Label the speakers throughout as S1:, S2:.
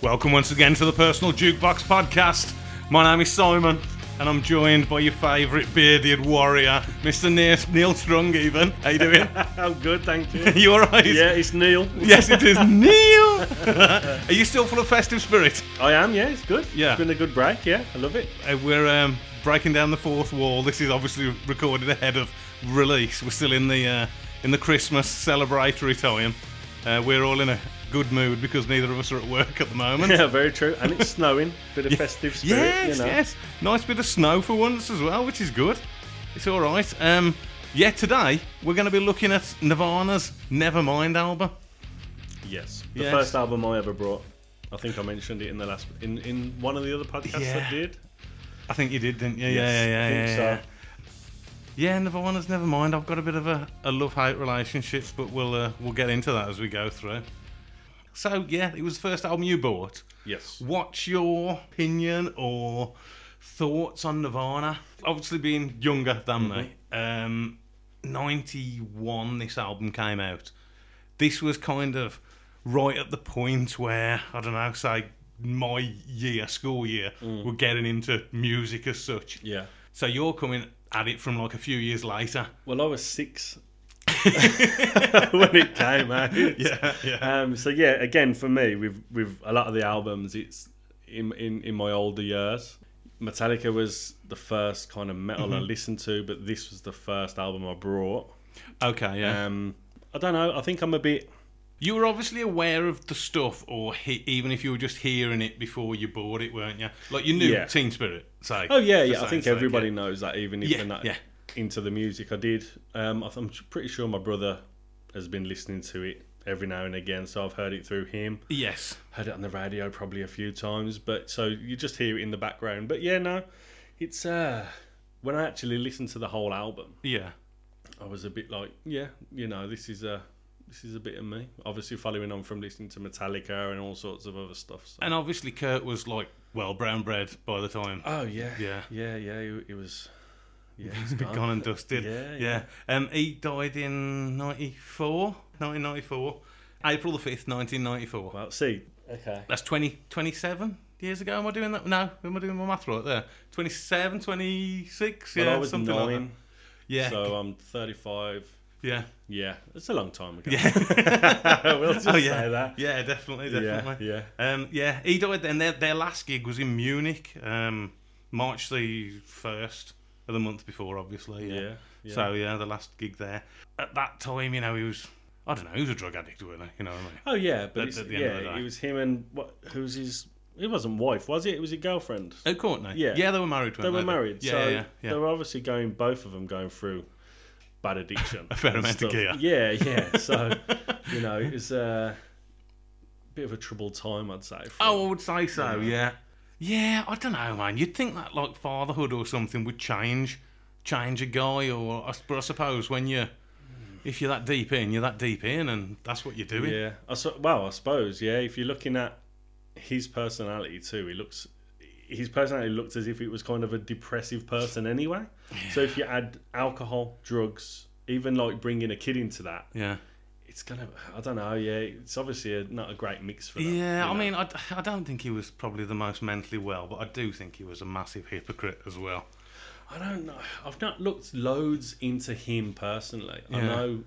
S1: Welcome once again to the Personal Jukebox Podcast. My name is Simon, and I'm joined by your favourite bearded warrior, Mr. Neil, Neil Strung. Even how you doing?
S2: I'm good, thank you.
S1: you alright?
S2: yeah, it's Neil.
S1: Yes, it is Neil. Are you still full of festive spirit?
S2: I am, yeah, it's good.
S1: Yeah.
S2: It's been a good break, yeah, I love it.
S1: Uh, we're um, breaking down the fourth wall. This is obviously recorded ahead of release. We're still in the uh, in the Christmas celebratory time. Uh, we're all in a good mood because neither of us are at work at the moment.
S2: Yeah, very true. And it's snowing, bit of festive spirit,
S1: Yes,
S2: you know.
S1: yes. Nice bit of snow for once as well, which is good. It's all right. Um, yeah, today we're going to be looking at Nirvana's Nevermind album.
S2: Yes. The
S1: Yes.
S2: first album I ever brought. I think I mentioned it in the last in, in one of the other podcasts
S1: Yeah.
S2: I did.
S1: I think you did, didn't you? Yeah,
S2: Yes,
S1: yeah,
S2: I
S1: yeah,
S2: think
S1: yeah.
S2: so.
S1: yeah. Yeah, Nirvana's Nevermind. I've got a bit of a, a love-hate relationship, but we'll uh, we'll get into that as we go through. So yeah, it was the first album you bought.
S2: Yes.
S1: What's your opinion or thoughts on Nirvana? Obviously, being younger than me,
S2: Mm-hmm.
S1: um, 91 this album came out. This was kind of right at the point where, I don't know, say my year, school year, we're getting into music as such.
S2: Mm. Yeah.
S1: So you're coming at it from like a few years later.
S2: Well I was six when it came out.
S1: Yeah, yeah.
S2: Um, so yeah, again for me, with with a lot of the albums, it's in in, in my older years. Metallica was the first kind of metal
S1: Mm-hmm.
S2: I listened to, but this was the first album I brought.
S1: Okay, yeah.
S2: Um, I don't know. I think I'm a bit.
S1: You were obviously aware of the stuff, or he- even if you were just hearing it before you bought it, weren't you? Like you knew
S2: Yeah.
S1: Teen Spirit. Say.
S2: Oh yeah,
S1: for
S2: yeah. I
S1: saying
S2: think
S1: sake,
S2: everybody
S1: yeah.
S2: knows that, even if
S1: Yeah,
S2: they're not
S1: yeah.
S2: into the music. I did. Um, I th- I'm pretty sure my brother has been listening to it every now and again, so I've heard it through him.
S1: Yes.
S2: heard it on the radio probably a few times, but so you just hear it in the background. But yeah, no, it's uh when I actually listened to the whole album,
S1: Yeah.
S2: I was a bit like, yeah, you know, this is a this is a bit of me. Obviously, following on from listening to Metallica and all sorts of other stuff. So.
S1: And obviously, Kurt was like well brown bread by the time.
S2: Oh yeah,
S1: Yeah.
S2: yeah, yeah. It, it was, yeah, it's
S1: Bit
S2: gone.
S1: gone and dusted.
S2: Yeah,
S1: yeah. Um, he died in 94, 1994, April the 5th, 1994.
S2: Well, see, okay,
S1: That's 20, 27 years ago. Am I doing that? No, am I doing my math right there? 27, 26?
S2: well,
S1: yeah,
S2: I was
S1: something
S2: nine,
S1: like that. Yeah.
S2: so um, I'm 35.
S1: yeah.
S2: Yeah, it's a long time ago.
S1: Yeah.
S2: we'll just
S1: oh yeah,
S2: say that.
S1: yeah, definitely,
S2: Yeah,
S1: definitely.
S2: yeah.
S1: Um, yeah, he died. Then their, their last gig was in Munich, um, March the first of the month before, obviously.
S2: Yeah, yeah.
S1: So yeah, the last gig there. At that time, you know, he was. I don't know. He was a drug addict, weren't he? You know what I mean?
S2: Oh yeah, but
S1: At-
S2: it's,
S1: at the end
S2: yeah,
S1: of the day.
S2: it was him and what? Who's his? It wasn't wife, was it? It was his girlfriend.
S1: Oh, Courtney.
S2: Yeah.
S1: Yeah, they were married.
S2: They
S1: weren't
S2: were married,
S1: Yeah,
S2: so
S1: yeah, yeah.
S2: they were obviously going. Both of them going through bad addiction. a
S1: fair amount of gear.
S2: Yeah, yeah. So you know, it was uh, a bit of a troubled time, I'd say. for-
S1: Oh, I would say so. Yeah. Yeah, I don't know, man. You'd think that like fatherhood or something would change, change a guy, or I s- but I suppose when you, if you're that deep in, you're that deep in, and that's what you're doing.
S2: yeah. I su- well, I suppose yeah. If you're looking at his personality too, he looks. His personality looked as if he was kind of a depressive person anyway. So if you add alcohol, drugs, even like bringing a kid into that,
S1: Yeah.
S2: it's gonna i don't know yeah it's obviously a, not a great mix for them
S1: Yeah,
S2: you
S1: I
S2: know.
S1: mean, I, d- I don't think he was probably the most mentally well, but I do think he was a massive hypocrite as well.
S2: i don't know i've not looked loads into him personally i
S1: Yeah.
S2: know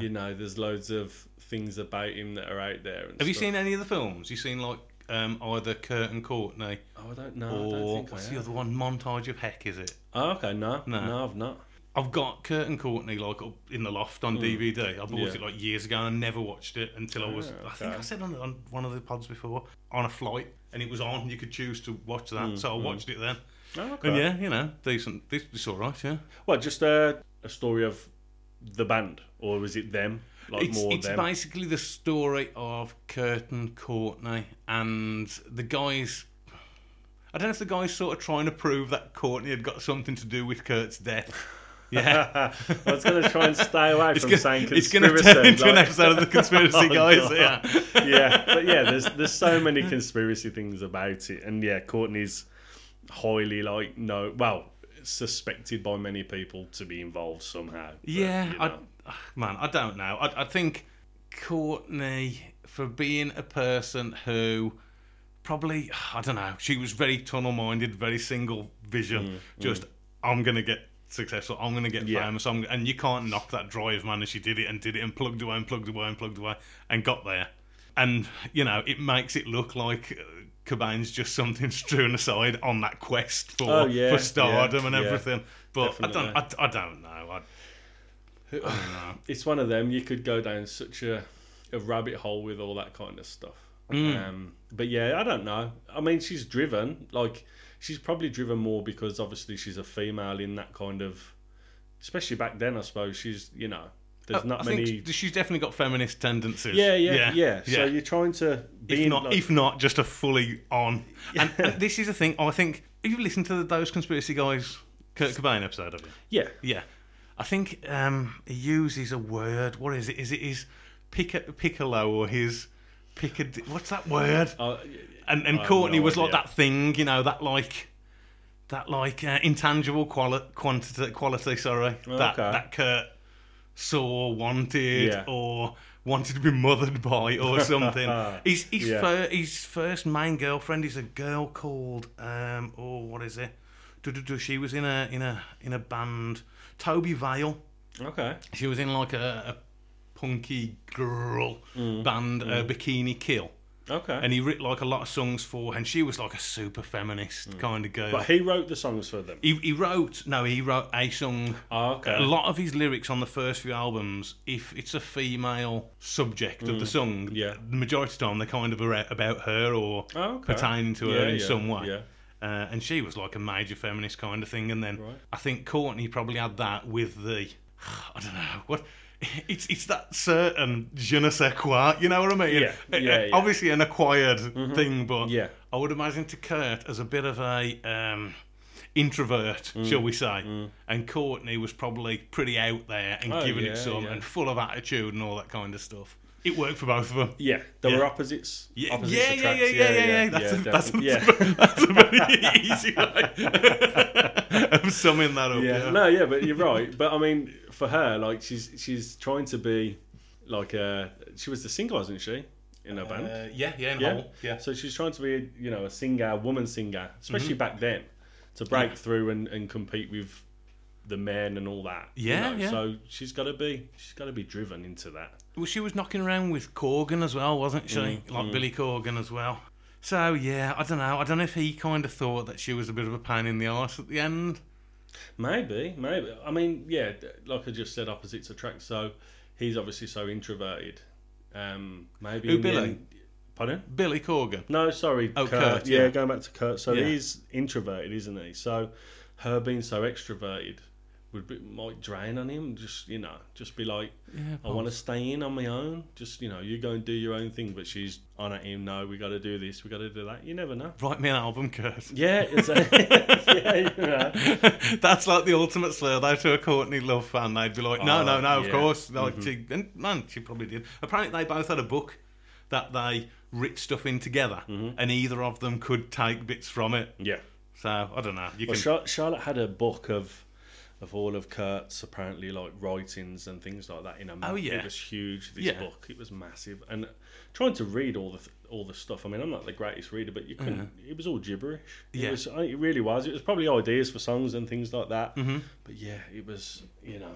S2: you know there's loads of things about him that are out there and
S1: Have you
S2: stuff.
S1: seen any of the films? You seen like um, either Kurt and Courtney
S2: oh i don't know I don't
S1: or
S2: think I
S1: what's the
S2: have.
S1: other one? Montage of Heck, is it?
S2: oh okay no,
S1: No.
S2: no i've not
S1: I've got Kurt and Courtney like up in the loft on DVD. I bought
S2: Yeah.
S1: it like years ago and I never watched it until I was. I think I
S2: okay.
S1: said on, on one of the pods before on a flight and it was on. You could choose to watch that, so I watched it then.
S2: Oh,
S1: Mm,
S2: okay.
S1: And yeah, you know, decent. This it's all right. Yeah,
S2: Well, just a, a story of the band, or is it them? Like
S1: it's,
S2: more
S1: it's
S2: them.
S1: basically the story of Curtin Courtney and the guys. I don't know if the guys sort of trying to prove that Courtney had got something to do with Kurt's death. Yeah.
S2: I was going to try and stay away
S1: It's
S2: from
S1: gonna,
S2: saying
S1: it's gonna
S2: conspiracy.
S1: turn into an
S2: like-
S1: episode of the conspiracy
S2: Oh,
S1: guys.
S2: God.
S1: Yeah,
S2: yeah, but yeah, there's there's so many conspiracy things about it, and yeah, Courtney's highly like no, well, suspected by many people to be involved somehow. but,
S1: yeah.
S2: you
S1: I,
S2: know.
S1: ugh, man, I don't know. I, I think Courtney, for being a person who probably I don't know, she was very tunnel minded, very single vision. just I'm gonna get successful. I'm gonna get
S2: Mm, Yeah.
S1: famous. I'm, and you can't knock that drive, man. And she did it and did it and plugged away and plugged away and plugged away and got there. And you know, it makes it look like uh, Cobain's just something strewn aside on that quest for
S2: Oh, yeah,
S1: for stardom
S2: yeah,
S1: and
S2: yeah.
S1: everything. But I
S2: Definitely.
S1: don't, I, I don't know. I,
S2: it's one of them. You could go down such a a rabbit hole with all that kind of stuff.
S1: Mm.
S2: Um, but yeah, I don't know. I mean, she's driven. Like, she's probably driven more because obviously she's a female in that kind of, especially back then. I suppose she's you know. There's
S1: Oh,
S2: not
S1: Uh, I
S2: many.
S1: think she's definitely got feminist tendencies.
S2: Yeah, yeah, yeah, So
S1: yeah.
S2: you're trying to be
S1: if
S2: in,
S1: not,
S2: like-
S1: if not, just a fully on. And, and this is the thing. I think if you listen to the those conspiracy guys Kurt Cobain episode of it.
S2: yeah,
S1: Yeah, I think um, he uses a word. What is it? Is it his pic- piccolo or his picad? What's that word?
S2: uh,
S1: And and
S2: I have
S1: Courtney
S2: no
S1: was like
S2: idea.
S1: that thing, you know, that like. That like uh, intangible quali- quantity, quality, sorry, that
S2: Okay.
S1: that Kurt saw, wanted,
S2: Yeah.
S1: or wanted to be mothered by, or something. his his,
S2: Yeah.
S1: fir- his first main girlfriend is a girl called um, oh, what is it? Du-du-du, She was in a in a in a band. Toby Vale.
S2: okay.
S1: She was in like a, a punky girl
S2: Mm.
S1: band, uh, Bikini Kill.
S2: Okay.
S1: And he wrote like a lot of songs for, her, and she was like a super feminist kind of girl.
S2: Mm. but uh, he wrote the songs for them.
S1: he, he wrote no, he wrote a song. uh,
S2: Oh, okay.
S1: A lot of his lyrics on the first few albums, if it's a female subject of the song,
S2: Mm. Yeah.
S1: the majority of the time they're kind of ar- about her or
S2: Oh, okay.
S1: pertaining to her
S2: Yeah,
S1: in
S2: yeah,
S1: some way.
S2: yeah.
S1: Uh, and she was like a major feminist kind of thing. And then
S2: Right.
S1: I think Courtney probably had that with the, I don't know, what. It's it's that certain je ne sais quoi, you know what I mean?
S2: Yeah,
S1: Uh,
S2: yeah,
S1: uh,
S2: yeah.
S1: Obviously an acquired thing, but
S2: Mm-hmm. Yeah.
S1: I would imagine to Kurt as a bit of a um, introvert,
S2: Mm.
S1: shall we say, and Courtney was probably pretty out there and
S2: Oh,
S1: giving
S2: yeah,
S1: it some
S2: yeah.
S1: and full of attitude and all that kind of stuff. It worked for both of them.
S2: Yeah, they
S1: Yeah.
S2: were opposites.
S1: Yeah,
S2: opposites
S1: yeah, yeah,
S2: attract.
S1: yeah, yeah, yeah, yeah. That's, a, that's, a,
S2: definitely. yeah.
S1: that's a very easy way of summing that up.
S2: yeah.
S1: Yeah.
S2: No, yeah, but you're right. But I mean, for her, like she's she's trying to be like a she was the singer, wasn't she, in her band?
S1: Uh, yeah, yeah, in
S2: yeah.
S1: whole. Yeah. Mm-hmm.
S2: So she's trying to be, you know, a singer, woman singer, especially back then, to break through and, and compete with the men and all that. you
S1: Yeah,
S2: know.
S1: yeah.
S2: So she's got to be, she's got to be driven into that.
S1: Well, she was knocking around with Corgan as well, wasn't she?
S2: Mm,
S1: like Billy Corgan as well. So yeah, I don't know. I don't know if he kind of thought that she was a bit of a pain in the arse at the end.
S2: Maybe, maybe. I mean, yeah, d- like I just said, opposites attract. So he's obviously so introverted. Um, maybe.
S1: Who,
S2: in the
S1: Billy?
S2: end- Pardon?
S1: Billy Corgan.
S2: No, sorry.
S1: Oh, Kurt,
S2: yeah.
S1: yeah.
S2: going back to Kurt. So
S1: Yeah.
S2: he's introverted, isn't he? So her being so extroverted would be, might drain on him. Just you know, just be like, I want to stay in on my own. Just you know, you go and do your own thing. But she's on at him. No, we got to do this. We got to do that. You never know.
S1: Write me an album, Kurt.
S2: Yeah, it's a, yeah, you know.
S1: That's like the ultimate slur though to a Courtney Love fan. They'd be like, no,
S2: Oh,
S1: no, no, of
S2: yeah. Mm-hmm.
S1: course. Like, she, and man, she probably did. Apparently, they both had a book that they writ stuff in together,
S2: Mm-hmm.
S1: and either of them could take bits from it.
S2: yeah.
S1: So I don't know. You
S2: Well,
S1: can.
S2: Char- Charlotte had a book of of all of Kurt's apparently like writings and things like that in a
S1: Oh, yeah.
S2: it was huge this
S1: Yeah.
S2: book it was massive and trying to read all the th- all the stuff I mean I'm not the greatest reader but you couldn't it was all gibberish
S1: Uh-huh. Yeah.
S2: it was it really was it was probably ideas for songs and things like that
S1: Mm-hmm.
S2: but yeah it was you know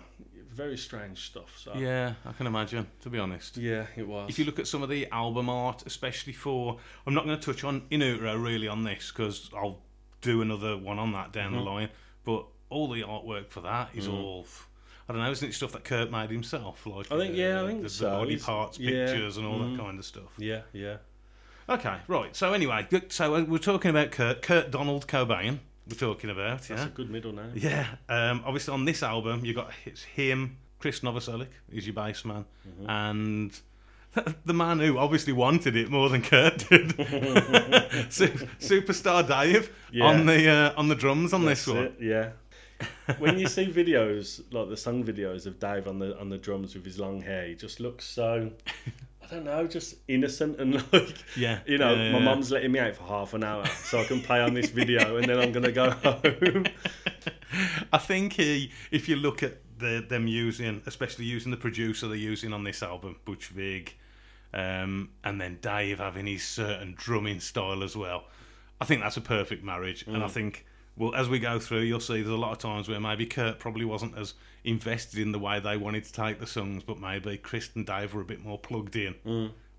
S2: very strange stuff so
S1: Yeah, I can imagine. To be honest.
S2: yeah it was
S1: If you look at some of the album art, especially for, I'm not going to touch on In Utero really on this because I'll do another one on that down
S2: Mm-hmm.
S1: the line. But all the artwork for that is
S2: Mm.
S1: all, I don't know, isn't it stuff that Kurt made himself? Like uh,
S2: I think- yeah, I think
S1: the,
S2: so.
S1: the body
S2: He's-
S1: parts,
S2: yeah. Mm-hmm.
S1: pictures, and all that kind of stuff.
S2: yeah yeah
S1: Okay, right. So anyway, good- so we're talking about Kurt, Kurt Donald Cobain. we're talking about.
S2: That's
S1: yeah.
S2: a good middle name.
S1: Yeah. Um, obviously, on this album, you got it's him, Chris Novoselic, is your bass man,
S2: Mm-hmm.
S1: and the man who obviously wanted it more than Kurt did, Su- superstar Dave
S2: Yeah.
S1: on the uh, on the drums on this
S2: That's
S1: one.
S2: it, Yeah. when you see videos like the song videos of Dave on the on the drums with his long hair, he just looks so I don't know, just innocent and like
S1: Yeah,
S2: you know,
S1: yeah, yeah,
S2: my
S1: yeah.
S2: mum's letting me out for half an hour so I can play on this video and then I'm gonna go home.
S1: I think he, if you look at the, them using, especially using the producer they're using on this album, Butch Vig, um, and then Dave having his certain drumming style as well, I think that's a perfect marriage. And I think, well, as we go through, you'll see there's a lot of times where maybe Kurt probably wasn't as invested in the way they wanted to take the songs, but maybe Chris and Dave were a bit more plugged in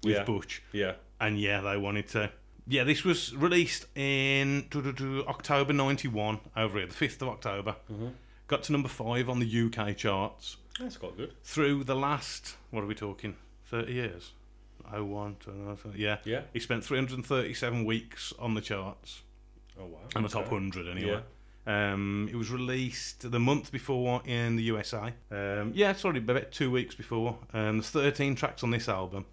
S1: with
S2: yeah.
S1: Butch.
S2: yeah.
S1: And yeah, they wanted to. Yeah, this was released in do, do, do, October 91 over here, the 5th of October. Got to number five on the UK charts
S2: That's quite good.
S1: through the last, what are we talking, 30 years? Oh I want another. Yeah.
S2: Yeah.
S1: He spent 337 weeks on the charts
S2: Oh wow.
S1: and the top
S2: Okay.
S1: 100 anyway. Um, it was released the month before in the USA. Um, yeah, sorry, about two weeks before. Um, there's 13 tracks on this album.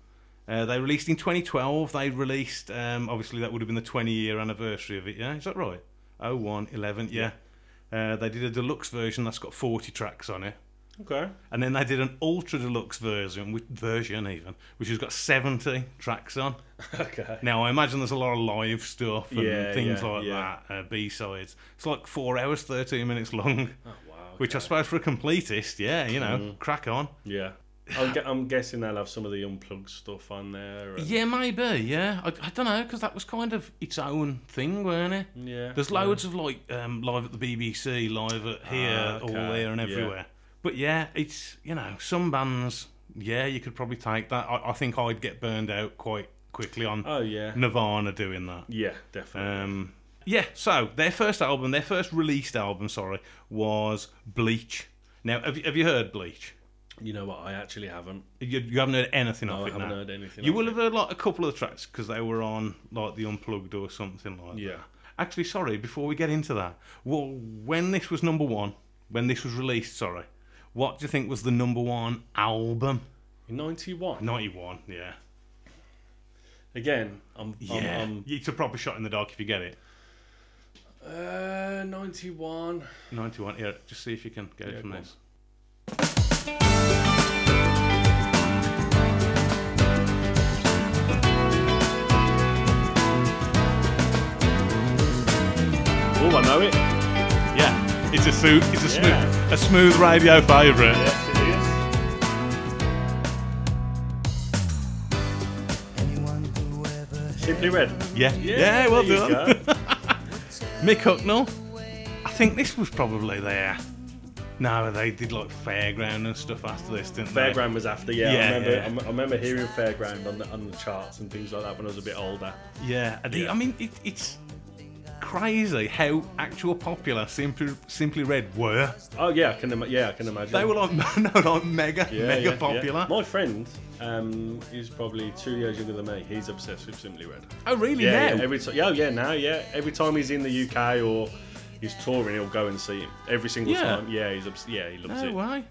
S1: Uh, they released in 2012. They released, um, obviously, that would have been the 20 year anniversary of it. Yeah, is that right? 01, 11, yeah. Uh, they did a deluxe version that's got 40 tracks on it.
S2: Okay.
S1: And then they did an ultra deluxe version, with version even, which has got 70 tracks on.
S2: Okay.
S1: Now I imagine there's a lot of live stuff and
S2: Yeah,
S1: things
S2: yeah,
S1: like
S2: yeah.
S1: that, uh, B sides. It's like four hours, thirteen minutes long,
S2: Oh Mm. wow.
S1: which I suppose for a completist, yeah, you know, crack on.
S2: Yeah. I'm, gu- I'm guessing they'll have some of the unplugged stuff on there. and-
S1: Yeah, maybe, yeah. I, I don't know because that was kind of its own thing, weren't it?
S2: Yeah.
S1: There's loads of like um, live at the BBC, live at here,
S2: Ah, okay,
S1: all there and
S2: yeah.
S1: everywhere. But yeah, it's you know some bands. Yeah, you could probably take that. I, I think I'd get burned out quite quickly on
S2: Oh yeah.
S1: Nirvana doing that.
S2: Yeah, definitely.
S1: Mm. Um, yeah, so their first album, their first released album, sorry, was Bleach. Now, have you, have you heard Bleach?
S2: you know what? I actually haven't.
S1: You, you haven't heard anything
S2: No,
S1: of
S2: I
S1: it
S2: haven't
S1: now.
S2: heard anything.
S1: you
S2: of
S1: will
S2: it.
S1: have heard like a couple of tracks because they were on like the Unplugged or something like that.
S2: Yeah.
S1: Actually, sorry, before we get into that, well, when this was number one, when this was released, sorry, what do you think was the number one album?
S2: 91.
S1: 91, yeah.
S2: Again, I'm.
S1: Yeah.
S2: I'm,
S1: it's a proper shot in the dark if you get it.
S2: I'm uh, 91.
S1: 91, here, just see if you can get
S2: Yeah,
S1: it from
S2: go on.
S1: this.
S2: Oh, I know it.
S1: Yeah, it's a suit. It's a smooth,
S2: Yeah.
S1: a smooth radio favourite.
S2: Yes, it is. Simply Red.
S1: Yeah, yeah, well
S2: there you
S1: done,
S2: go.
S1: Mick Hucknall. I think this was probably there. No, they did like fairground and stuff after this, didn't they?
S2: Fairground was after, yeah.
S1: Yeah,
S2: I remember,
S1: yeah.
S2: I m- I, remember hearing Fairground on the, on the charts and things like that when I was a bit older.
S1: Yeah, I do-
S2: Yeah.
S1: I mean it, it's crazy how actual popular simply simply red were.
S2: Oh yeah, I can ima- yeah, I can imagine.
S1: They were like no, like mega
S2: Yeah,
S1: mega
S2: yeah, yeah.
S1: popular.
S2: My friend, um, who's probably two years younger than me, he's obsessed with Simply Red.
S1: Oh really?
S2: Yeah,
S1: now?
S2: yeah every time. Yeah, yeah, now, yeah. Every time he's in the UK or he's touring, he'll go and see him. Every single
S1: Yeah.
S2: time. Yeah, he's obs- yeah, he loves
S1: No
S2: it.
S1: way.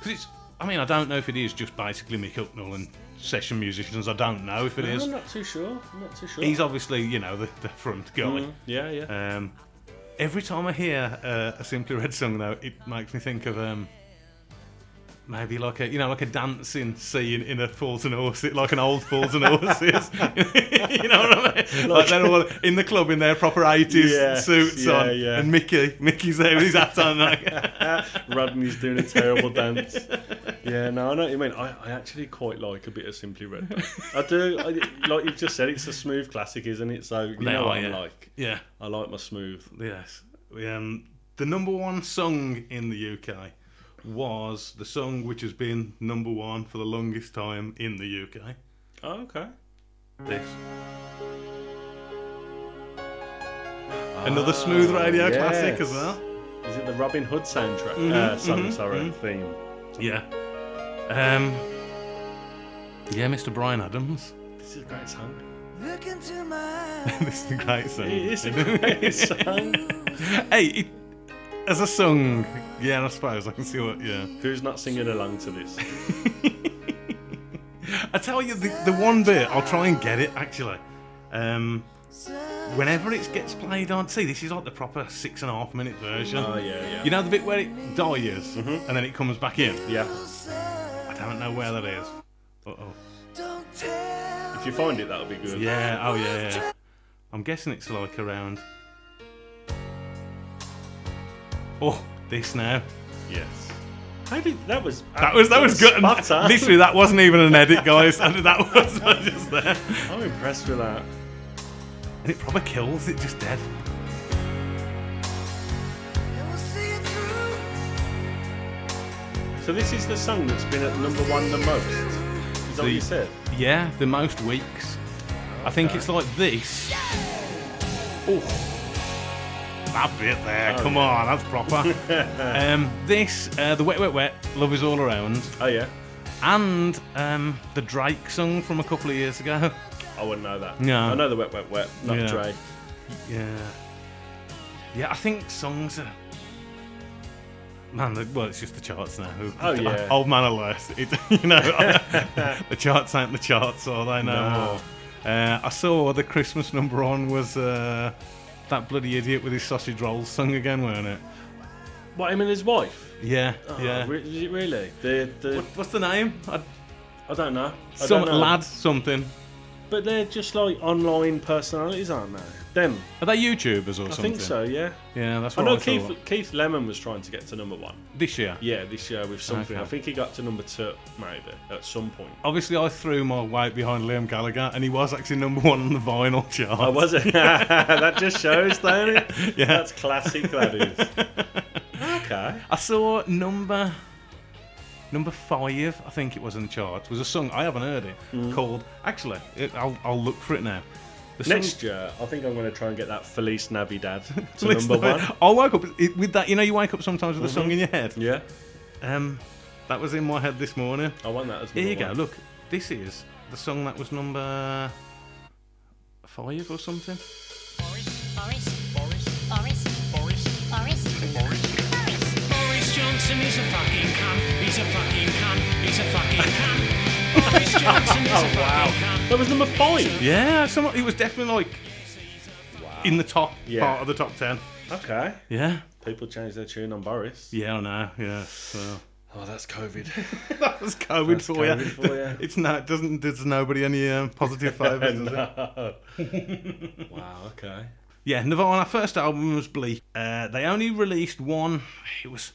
S1: Because it's. I mean, I don't know if it is just basically Mick Hucknall and session musicians. I don't know if it is.
S2: I'm not too sure. I'm not too sure.
S1: He's obviously, you know, the, the front guy.
S2: Mm, yeah, yeah.
S1: Um, every time I hear uh, a Simply Red song, though, it makes me think of um, maybe like a you know like a dancing scene in a Fools and Horses, like an old Fools and Horses. you know what I mean? Like they're all in the club in their proper eighties
S2: Yes,
S1: suits
S2: yeah,
S1: on,
S2: yeah.
S1: and Mickey, Mickey's there with his hat on. Like,
S2: Rodney's doing a terrible dance. Yeah, no, I know what you mean. I, I actually quite like a bit of Simply Red. though. I do. I, like you've just said, it's a smooth classic, isn't it? So you
S1: They
S2: know
S1: are,
S2: what I'm
S1: yeah.
S2: like.
S1: yeah.
S2: I like my smooth.
S1: Yes. Um, the number one song in the UK was the song which has been number one for the longest time in the UK.
S2: Oh, okay.
S1: This. Another smooth radio
S2: Ah, yes.
S1: classic as well.
S2: Is it the Robin Hood soundtrack? uh, song,
S1: mhm,
S2: sorry, theme.
S1: Yeah. Um. Yeah, Mr. Brian Adams.
S2: This is a great song.
S3: Look into my
S1: this is a great song.
S2: It is a great song.
S1: Hey, it, as a song, yeah, I suppose I can see what. Yeah,
S2: Who's not singing along to this?
S1: I tell you the, the one bit. I'll try and get it actually. Um,
S3: eyes.
S1: whenever it gets played on, see, this is like the proper six and a half minute version.
S2: Oh yeah, Mm-hmm. yeah.
S1: You know the bit where it dies and then it comes back in.
S2: yeah.
S1: I don't know where that is. Uh oh.
S3: Don't tell
S2: If you find it, that'll be good.
S1: Yeah. Oh yeah. yeah. I'm guessing it's like around. Oh, this now.
S2: Yes. How did that was
S1: That was that was good.
S2: spot on.
S1: Literally, that wasn't even an edit, guys. And that was just there.
S2: I'm impressed with that.
S1: And it probably kills it just dead.
S3: and we'll see it through.
S2: So this is the song that's been at number one the most. Is that what
S1: The-
S2: you said?
S1: Yeah, the most weeks. I think it's like this. Oh, that bit there.
S2: Oh,
S1: Come on, that's proper. um, this, uh, the wet, wet, wet. Love is all around,
S2: Oh yeah.
S1: and um, the Drake song from a couple of years ago.
S2: I wouldn't know that.
S1: No.
S2: I know the wet, wet, wet. Not
S1: Yeah.
S2: Dre.
S1: Yeah. Yeah, I think songs are. Man, the- well, it's just the charts now.
S2: Oh,
S1: The-
S2: yeah.
S1: Old man alert. It, you know, the charts ain't the charts, or they know
S2: No.
S1: more. Uh, I saw the Christmas number one was uh, that bloody idiot with his sausage rolls sung again, weren't it?
S2: What him and his wife?
S1: Yeah,
S2: Oh,
S1: yeah.
S2: re- is it really? The the
S1: What, what's the name? I,
S2: I don't know. I
S1: some
S2: don't know.
S1: lad something.
S2: But they're just like online personalities, aren't they? Them.
S1: Are they YouTubers or
S2: I
S1: something?
S2: think so. Yeah.
S1: Yeah, that's
S2: I
S1: what I,
S2: know
S1: thought.
S2: Keith Keith Lemon was trying to get to number one.
S1: This year.
S2: Yeah, this year with something.
S1: Okay.
S2: I think he got to number two, maybe at some point.
S1: Obviously, I threw my weight behind Liam Gallagher, and he was actually number one on the vinyl chart.
S2: I was it? that just shows, don't it?
S1: Yeah.
S2: That's classic. That is. okay.
S1: I saw number number five, I think it was in the charts, was a song I haven't heard it
S2: Mm.
S1: called. Actually, it, I'll, I'll look for it now. The
S2: Next year, I think I'm going to try and get that Felice Navidad to
S1: Listen to
S2: number
S1: it.
S2: one. Mm-hmm.
S1: I woke up it- with that. You know, you wake up sometimes with a song in your head.
S2: Yeah,
S1: Um, that was in my head this morning.
S2: I want that as well.
S1: Here you go. Look, this is the song that was number five or something.
S4: Boris Johnson is a fucking cunt. He's a fucking cunt. He's a fucking cunt. Boris Johnson is a fucking cunt.
S2: That was number five.
S1: Yeah, some, it was definitely like in the top
S2: Yeah.
S1: part of the top ten.
S2: Okay.
S1: Yeah.
S2: People change their tune on Boris.
S1: Yeah, I know. Yeah. So.
S2: Oh, that's COVID.
S1: That was COVID,
S2: That's
S1: for,
S2: COVID
S1: you.
S2: for ya.
S1: It's not. It doesn't. There's nobody any um, positive favours. does it?
S2: wow. Okay.
S1: Yeah, Nirvana first album was bleak. Uh, they only released one. It was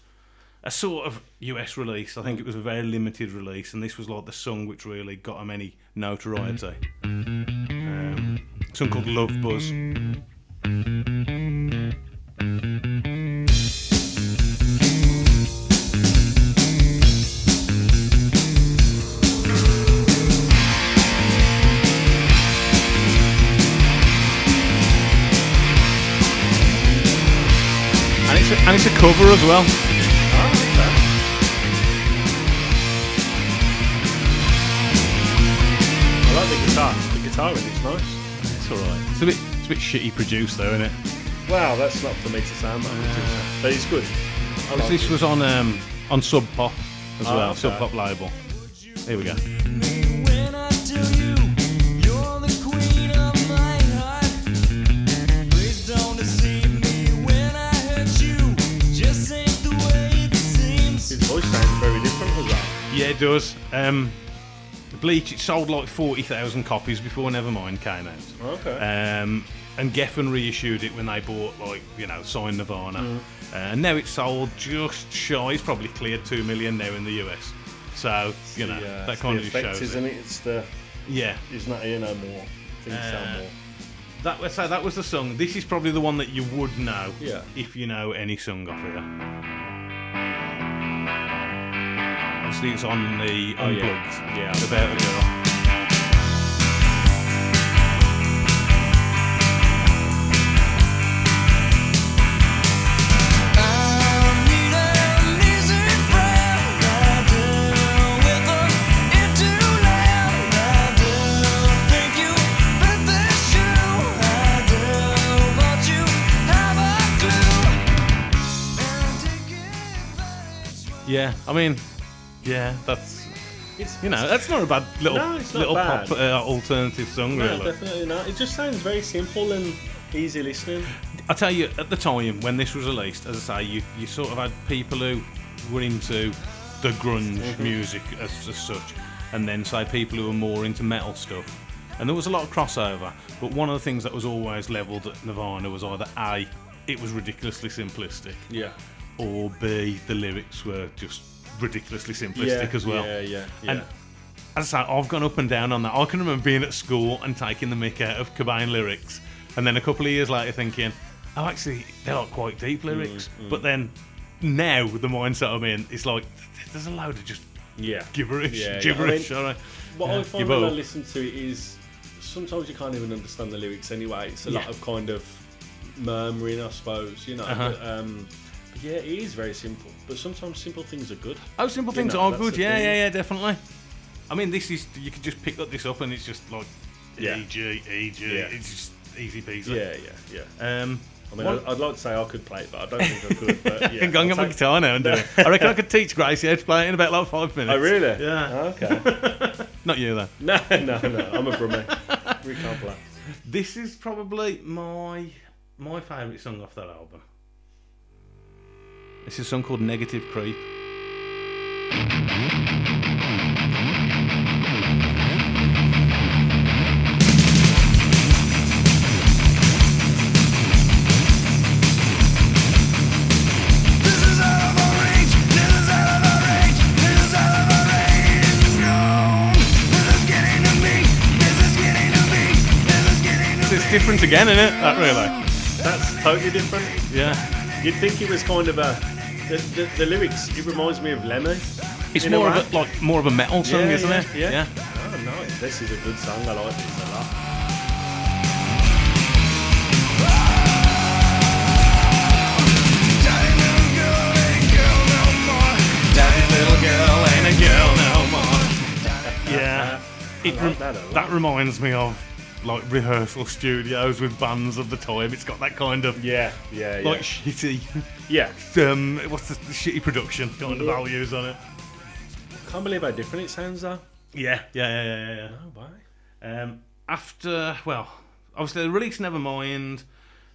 S1: a sort of US release. I think it was a very limited release, and this was like the song which really got them any notoriety. Um, song called Love Buzz. And it's a, and it's a cover as well.
S2: I like the guitar. The guitar in it's nice.
S1: It's alright. It's a bit, it's a bit shitty produced though, isn't it?
S2: Wow, that's not for me to sound. That
S1: Uh.
S2: but it's good. I like
S1: This
S2: it.
S1: was on um, on Sub Pop as
S2: Oh,
S1: well,
S2: okay.
S1: Sub Pop label. Here we go.
S3: When I tell you, you're the queen of my heart. Please don't deceive me when I hurt you. Just ain't the way it seems.
S2: His voice sounds very different as well.
S1: Yeah, it does. Um, Bleach it sold like forty thousand copies before Nevermind came out,
S2: Okay.
S1: um, and Geffen reissued it when they bought like you know Sign Nirvana,
S2: Mm.
S1: uh, and now it's sold just shy. It's probably cleared two million now in the US. So you know
S2: Yeah,
S1: that
S2: uh, it's
S1: kind
S2: the
S1: of
S2: effect,
S1: shows.
S2: isn't it? It's the
S1: Yeah,
S2: he's not here no more. Things sound
S1: Uh,
S2: more.
S1: that was so that was the song. This is probably the one that you would know
S2: Yeah.
S1: if you know any song off of it. Obviously, it's on the
S2: Oh,
S1: unplugged.
S2: yeah. Yeah,
S1: the
S2: I
S1: Better Girl.
S3: Thank you, but
S1: Yeah, I mean, yeah, that's
S2: It's,
S1: you know that's not a bad little
S2: No, it's not
S1: little
S2: bad.
S1: pop uh, alternative song
S2: no,
S1: really.
S2: definitely not. It just sounds very simple and easy listening.
S1: I tell you, at the time when this was released, as I say, you, you sort of had people who were into the grunge
S2: Mm-hmm.
S1: music as, as such, and then say people who were more into metal stuff. And there was a lot of crossover, but one of the things that was always levelled at Nirvana was either A, it was ridiculously simplistic,
S2: Yeah.
S1: or B, the lyrics were just ridiculously
S2: Yeah,
S1: simplistic as well.
S2: yeah, yeah, yeah.
S1: And as I say, I've gone up and down on that. I can remember being at school and taking the mick out of Cobain lyrics, and then a couple of years later thinking, oh, actually, they're not quite
S2: Mm,
S1: deep lyrics. But then now, the mindset I'm in, it's like, there's a load of just
S2: yeah.
S1: gibberish,
S2: Yeah, yeah.
S1: gibberish.
S2: I mean,
S1: all right.
S2: What
S1: Yeah,
S2: I find
S1: you
S2: when I
S1: both.
S2: listen to it is sometimes you can't even understand the lyrics anyway. It's a lot
S1: Yeah.
S2: of kind of murmuring, I suppose. You know.
S1: Uh-huh.
S2: But, um, but yeah, it is very simple. But sometimes simple things are good.
S1: Oh, simple
S2: You
S1: things
S2: know,
S1: are
S2: that's
S1: good.
S2: the
S1: Yeah,
S2: thing.
S1: yeah, yeah, definitely. I mean, this is you could just pick up this up and it's just like E
S2: Yeah.
S1: EG, EG.
S2: Yeah.
S1: It's just easy peasy.
S2: Yeah, yeah, yeah.
S1: Um,
S2: I mean,
S1: what-
S2: I'd, I'd like to say I could play it, but I don't think I could. But
S1: I
S2: yeah,
S1: can go and
S2: I'll
S1: get my
S2: take-
S1: guitar now and do it. I reckon I could teach Gracie how to play it in about like five minutes.
S2: Oh, really?
S1: Yeah.
S2: Okay.
S1: Not you though.
S2: No, no, no. I'm a Brummy. We can't play.
S1: This is probably my my favourite song off that album. This is a song called Negative Creep. It's different again, isn't it? That really.
S2: That's totally different.
S1: Yeah.
S2: You'd think it was kind of a. The, the, the lyrics, it reminds me of Lemmy.
S1: It's
S2: In a
S1: more
S2: way.
S1: of a, like more of a metal song,
S2: Yeah,
S1: isn't
S2: yeah,
S1: it?
S2: yeah. Oh, nice. This is a good song. I like this a lot.
S1: Yeah. It
S2: like
S1: rem-
S2: that a lot.
S1: that reminds me of like rehearsal studios with bands of the time. It's got that kind of
S2: Yeah, yeah, yeah.
S1: like shitty
S2: yeah.
S1: um, what's the, the shitty production kind of values on it?
S2: Can't believe how different it sounds though.
S1: Yeah, yeah, yeah, yeah, yeah.
S2: Oh, why?
S1: yeah. Um, after, well, obviously the release Nevermind,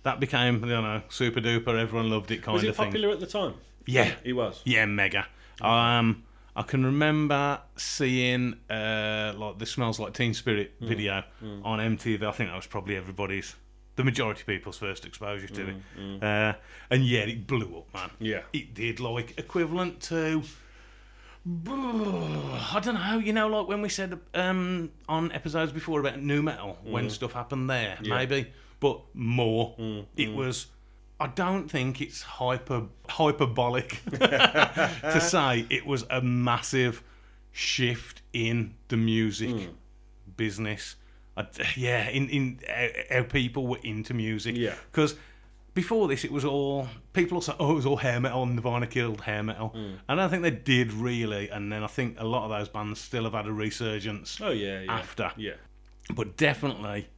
S1: that became, you know, super duper, everyone loved it kind
S2: Was
S1: of
S2: it
S1: thing.
S2: popular at the time?
S1: Yeah,
S2: It was.
S1: yeah, mega. Um, I can remember seeing uh, like the Smells Like Teen Spirit
S2: Mm.
S1: video on MTV. I think that was probably everybody's, the majority of people's first exposure
S2: Mm,
S1: to it. Uh, and yeah, it blew up, man.
S2: Yeah.
S1: it did like equivalent to. I don't know, you know, like when we said um, on episodes before about new metal, when stuff happened there, maybe, but more. It was. I don't think it's hyper hyperbolic to say it was a massive shift in the music business. I, yeah, in in how, how people were into music.
S2: Yeah.
S1: because before this, it was all people also. Oh, it was all hair metal and Nirvana killed hair metal, and I think they did really. And then I think a lot of those bands still have had a resurgence
S2: Oh yeah, yeah.
S1: after
S2: Yeah.
S1: but definitely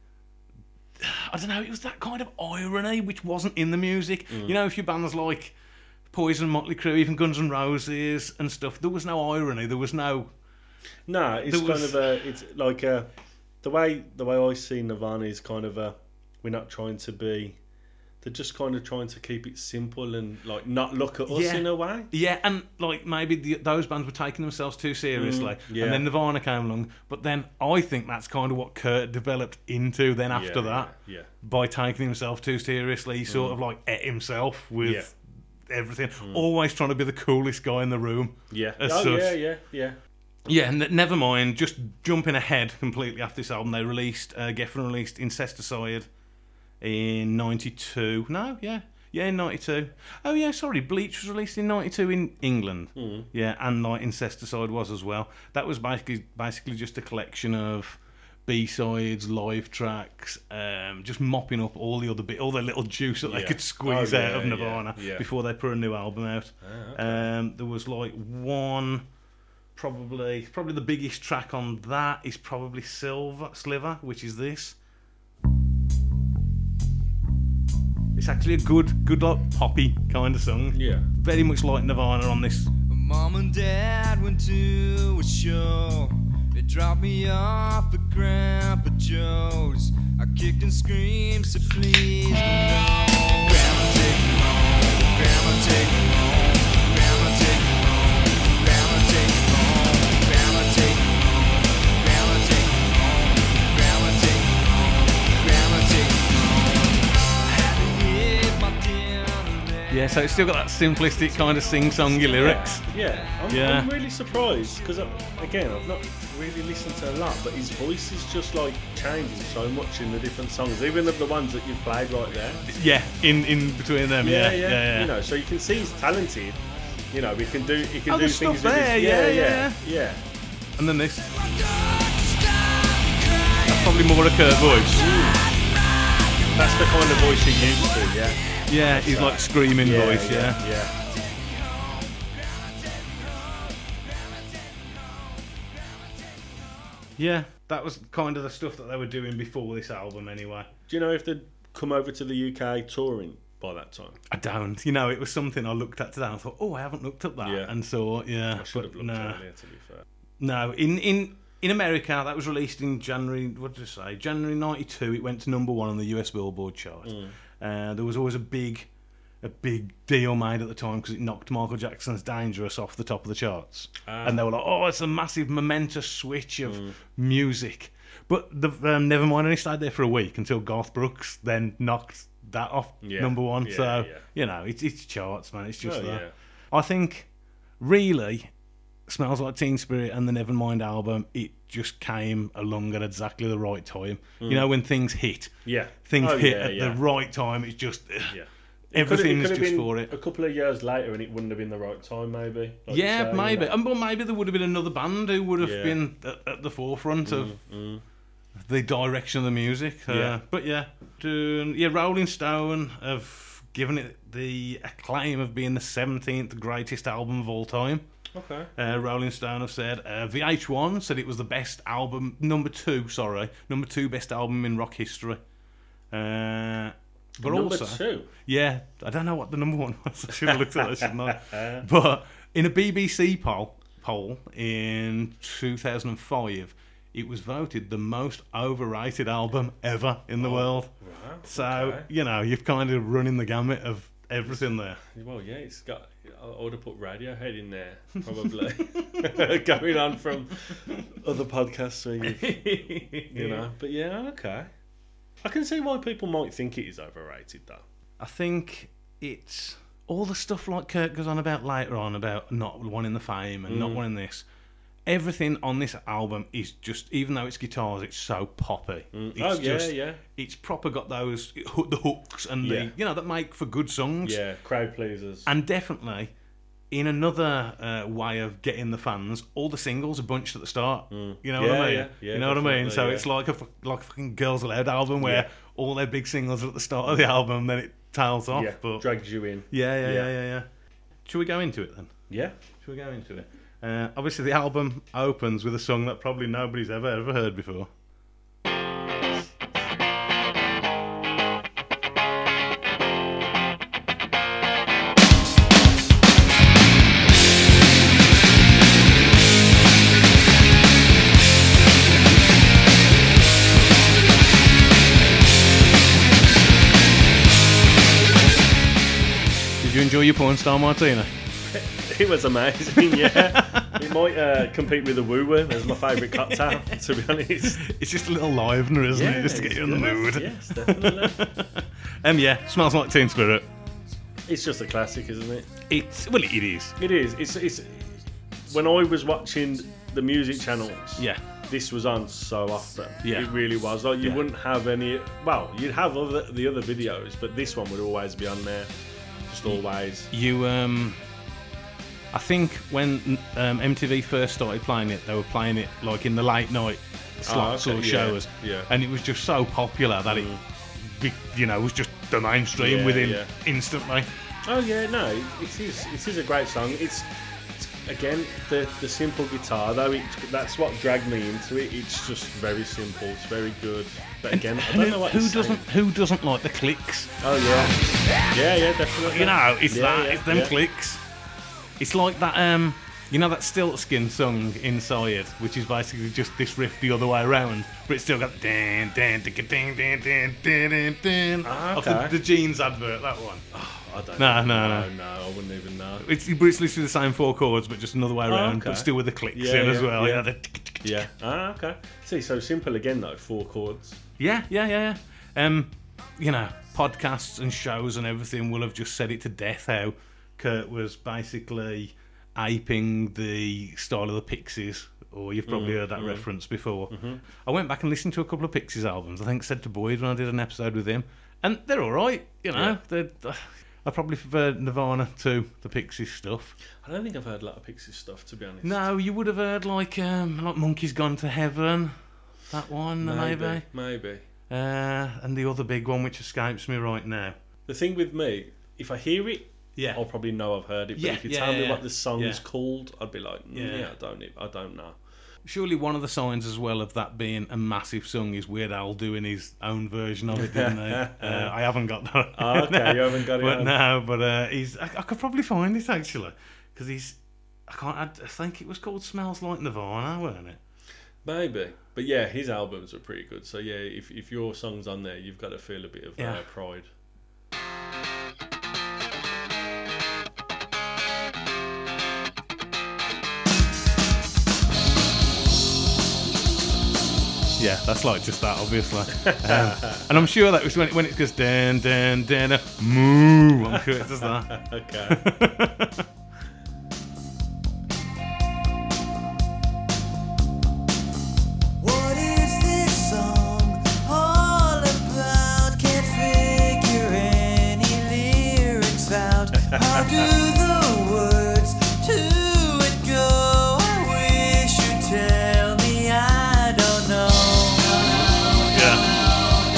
S1: I don't know, it was that kind of irony which wasn't in the music. You know, if your bands like Poison, Motley Crue, even Guns N' Roses and stuff, there was no irony, there was no
S2: No, it's
S1: There was-
S2: kind of a. It's like a. The way the way I see Nirvana is kind of a. We're not trying to be. They're just kind of trying to keep it simple and like not look at us
S1: Yeah.
S2: in a way.
S1: Yeah, and like maybe the, those bands were taking themselves too seriously,
S2: Mm, yeah.
S1: and then Nirvana came along. But then I think that's kind of what Kurt developed into. Then after
S2: Yeah, Mm.
S1: that,
S2: yeah, yeah.
S1: by taking himself too seriously, he sort of like ate himself with everything.
S2: Mm.
S1: Always trying to be the coolest guy in the room.
S2: Yeah.
S1: as
S2: oh
S1: such.
S2: yeah, yeah, yeah.
S1: Yeah, and never mind. Just jumping ahead completely after this album, they released uh, Geffen released Incesticide in '92. No, yeah, yeah, in '92. Oh yeah, sorry, Bleach was released in '92 in England.
S2: Mm-hmm.
S1: Yeah, and like Incesticide was as well. That was basically basically just a collection of B sides, live tracks, um, just mopping up all the other bit, all the little juice that they
S2: Yeah.
S1: could squeeze
S2: Oh,
S1: out
S2: yeah,
S1: of
S2: yeah,
S1: Nirvana
S2: yeah. Ah,
S1: before they put a new album out. um, there was like one probably probably the biggest track on that is probably Silver Sliver, which is this. It's actually a good good like poppy kind of song.
S2: Yeah.
S1: Very much like Nirvana on this
S3: Mom and Dad went to a show. They dropped me off at Grandpa Joe's. I kicked and screamed, so please don't go. Grandma, take me home. Grandma, take me home. Grandma, take me home. Grandma, take me home. Grandma, take me home. Grandma, take me home. Grandma, take me home. Grandma, take me home. I had to hit my dinner.
S1: Yeah, so it's still got that simplistic kind of sing-songy lyrics.
S2: Yeah, I'm,
S1: Yeah.
S2: I'm really surprised because again, I've not really listened to a lot, but his voice is just like changing so much in the different songs, even of the ones that you've played right there.
S1: Yeah, in in between them. Yeah, yeah, yeah.
S2: You know, so you can see he's talented. You know, he can do he can
S1: Oh,
S2: do
S1: there's
S2: things.
S1: stuff
S2: with
S1: there,
S2: his,
S1: yeah,
S2: yeah, yeah,
S1: And then this. That's probably more a Kurt voice.
S2: yeah. That's the kind of voice he used to. Yeah,
S1: Yeah, he's like screaming
S2: yeah,
S1: voice. Yeah.
S2: yeah.
S1: yeah, That was kind of the stuff that they were doing before this album, anyway.
S2: Do you know if they'd come over to the UK touring by that time?
S1: I don't. You know, it was something I looked at today. and I thought, oh, I haven't looked up that,
S2: Yeah.
S1: and so yeah.
S2: I should have
S1: but
S2: looked
S1: no.
S2: earlier, to be fair.
S1: No, in in in America, that was released in January. What did I say? January '92. It went to number one on the US Billboard chart.
S2: Mm.
S1: Uh, there was always a big, a big deal made at the time because it knocked Michael Jackson's "Dangerous" off the top of the charts,
S2: Ah.
S1: and they were like, "Oh, it's a massive momentous switch of
S2: Mm.
S1: music." But the um, Nevermind only stayed there for a week until Garth Brooks then knocked that off
S2: Yeah,
S1: number one.
S2: yeah,
S1: so
S2: yeah.
S1: you know, it's it's charts, man. It's just
S2: Oh,
S1: that.
S2: yeah.
S1: I think really Smells Like Teen Spirit and the Nevermind album, it just came along at exactly the right time. You know, when things hit,
S2: Yeah,
S1: things
S2: Mm. Oh,
S1: hit
S2: yeah,
S1: at
S2: yeah.
S1: the right time. It's just
S2: Yeah. Could have- it
S1: everything's
S2: could have
S1: just
S2: been
S1: for
S2: A
S1: it.
S2: couple of years later, and it wouldn't have been the right time, maybe. like you
S1: Yeah,
S2: say, you
S1: maybe.
S2: know.
S1: And well, maybe there would have been another band who would have
S2: Yeah. Mm,
S1: been at, at the forefront of the direction of the music. Uh,
S2: Yeah.
S1: But yeah, doing, yeah, Rolling Stone have given it the acclaim of being the 17th greatest album of all time.
S2: Okay.
S1: Uh, Rolling Stone have said uh, VH1 said it was the best album, number two, sorry, number two best album in rock history. Uh, but
S2: Number
S1: also,
S2: two.
S1: yeah, I don't know what the number one was. I should have looked at that, shouldn't I? But in a BBC poll, poll in 2005, it was voted the most overrated album ever in the world.
S2: Wow.
S1: So
S2: Oh, okay.
S1: you know, you've kind of running the gamut of everything there.
S2: Well, yeah, it's got. I would have put Radiohead in there, probably. Going on from other podcasts, where you've- you know. But yeah, okay. I can see why people might think it is overrated, though.
S1: I think it's all the stuff like Kirk goes on about later on about not wanting the fame and
S2: Mm.
S1: not wanting this. Everything on this album is just, even though it's guitars, it's so poppy. It's
S2: Oh, yeah,
S1: just,
S2: yeah.
S1: It's proper got those hoo- the hooks and
S2: Yeah.
S1: the you know that make for good songs.
S2: Yeah, crowd pleasers.
S1: And definitely, in another uh, way of getting the fans, all the singles are bunched at the start. You know what
S2: Mm. Yeah,
S1: I mean?
S2: yeah, yeah,
S1: you know what I mean?
S2: definitely,
S1: So
S2: yeah.
S1: it's like a f- like a fucking Girls Aloud album where
S2: Yeah.
S1: all their big singles are at the start of the album, then it tails off.
S2: yeah,
S1: but
S2: drags you in.
S1: yeah, yeah, yeah,
S2: Yeah.
S1: yeah, yeah. Should we go into it then?
S2: Yeah.
S1: Should we go into it? Uh, obviously, the album opens with a song that probably nobody's ever ever heard before. Did you enjoy your porn star martina?
S2: It was amazing, yeah. it might uh, compete with the Woo Woo as my favourite cocktail, to be honest.
S1: It's just a little livener, isn't
S2: Yeah,
S1: it? Just to get
S2: it's
S1: you in the
S2: good.
S1: mood.
S2: Yes, definitely.
S1: Um, yeah, smells like Teen Spirit.
S2: it's just a classic, isn't it?
S1: It's well, it is.
S2: It is. It's it's when I was watching the music channels.
S1: Yeah,
S2: This was on so often.
S1: Yeah.
S2: It really was. Like you
S1: Yeah.
S2: wouldn't have any. Well, you'd have other, the other videos, but this one would always be on there. Just always.
S1: you. Um, I think when um, MTV first started playing it, they were playing it like in the late night slots
S2: Ah, okay,
S1: or
S2: yeah,
S1: shows,
S2: yeah. Mm.
S1: and it was just so popular that it, be, you know, was just the mainstream
S2: Yeah,
S1: within
S2: yeah.
S1: instantly.
S2: Oh yeah, no, it is. It is a great song. It's, it's again the the simple guitar though. It, that's what dragged me into it. It's just very simple. It's very good. But again, I don't
S1: who,
S2: know what
S1: who
S2: it's saying.
S1: doesn't who doesn't like the clicks?
S2: Oh yeah, yeah, yeah, definitely.
S1: You know, it's
S2: Yeah,
S1: that
S2: yeah,
S1: it's them
S2: yeah.
S1: clicks. It's like that, um, you know, that Stiltskin song inside, which is basically just this riff the other way around, but it's still got dan dan ding ding ding ding ding ding. ding.
S2: Ah,
S1: Off the,
S2: okay.
S1: the jeans advert, that one.
S2: I don't
S1: No,
S2: know.
S1: no, no.
S2: no, no. I wouldn't even know.
S1: It's, but it's literally the same four chords, but just another way around, but
S2: Ah, okay.
S1: still with the clicks
S2: Yeah,
S1: in as
S2: yeah,
S1: well.
S2: yeah.
S1: Yeah, the tick, tick, tick.
S2: Yeah. Ah, okay. See, so simple again though. Four chords.
S1: yeah, yeah, yeah, yeah. Um, you know, podcasts and shows and everything will have just said it to death how Kurt was basically aping the style of the Pixies. Or you've probably heard that reference before. I went back and listened to a couple of Pixies albums. I think said to Boyd when I did an episode with him, and they're all right. You know,
S2: Yeah.
S1: they're. I probably prefer Nirvana to the Pixies stuff.
S2: I don't think I've heard a lot of Pixies stuff to be honest.
S1: No, you would have heard like um, like Monkey's Gone to Heaven, that one maybe,
S2: Maybe. Maybe.
S1: Uh, and the other big one which escapes me right now.
S2: The thing with me, if I hear it,
S1: Yeah,
S2: I'll probably know I've heard it. But
S1: Yeah,
S2: if you
S1: yeah,
S2: tell me
S1: yeah,
S2: what the song is
S1: yeah.
S2: called, I'd be like, mm,
S1: Yeah.
S2: yeah. I don't, e- I don't know.
S1: surely one of the signs as well of that being a massive song is Weird Al doing his own version of it, didn't they? Uh, I haven't got that.
S2: Oh, okay, you haven't got it
S1: But
S2: on.
S1: no, but uh, he's. I, I could probably find it actually because he's. I can't. I, I think it was called Smells Like Nirvana, weren't it?
S2: Maybe, but yeah, his albums are pretty good. So yeah, if if your song's on there, you've got to feel a bit of
S1: Yeah.
S2: uh, pride.
S1: Yeah, that's like just that, obviously. Um, and I'm sure that was when it, when it goes dan dan dan uh, moo. I'm sure it does that.
S2: Okay.
S3: What is this song all about? Can't figure any lyrics out. How do the words to it go? I wish you'd tell me I don't know.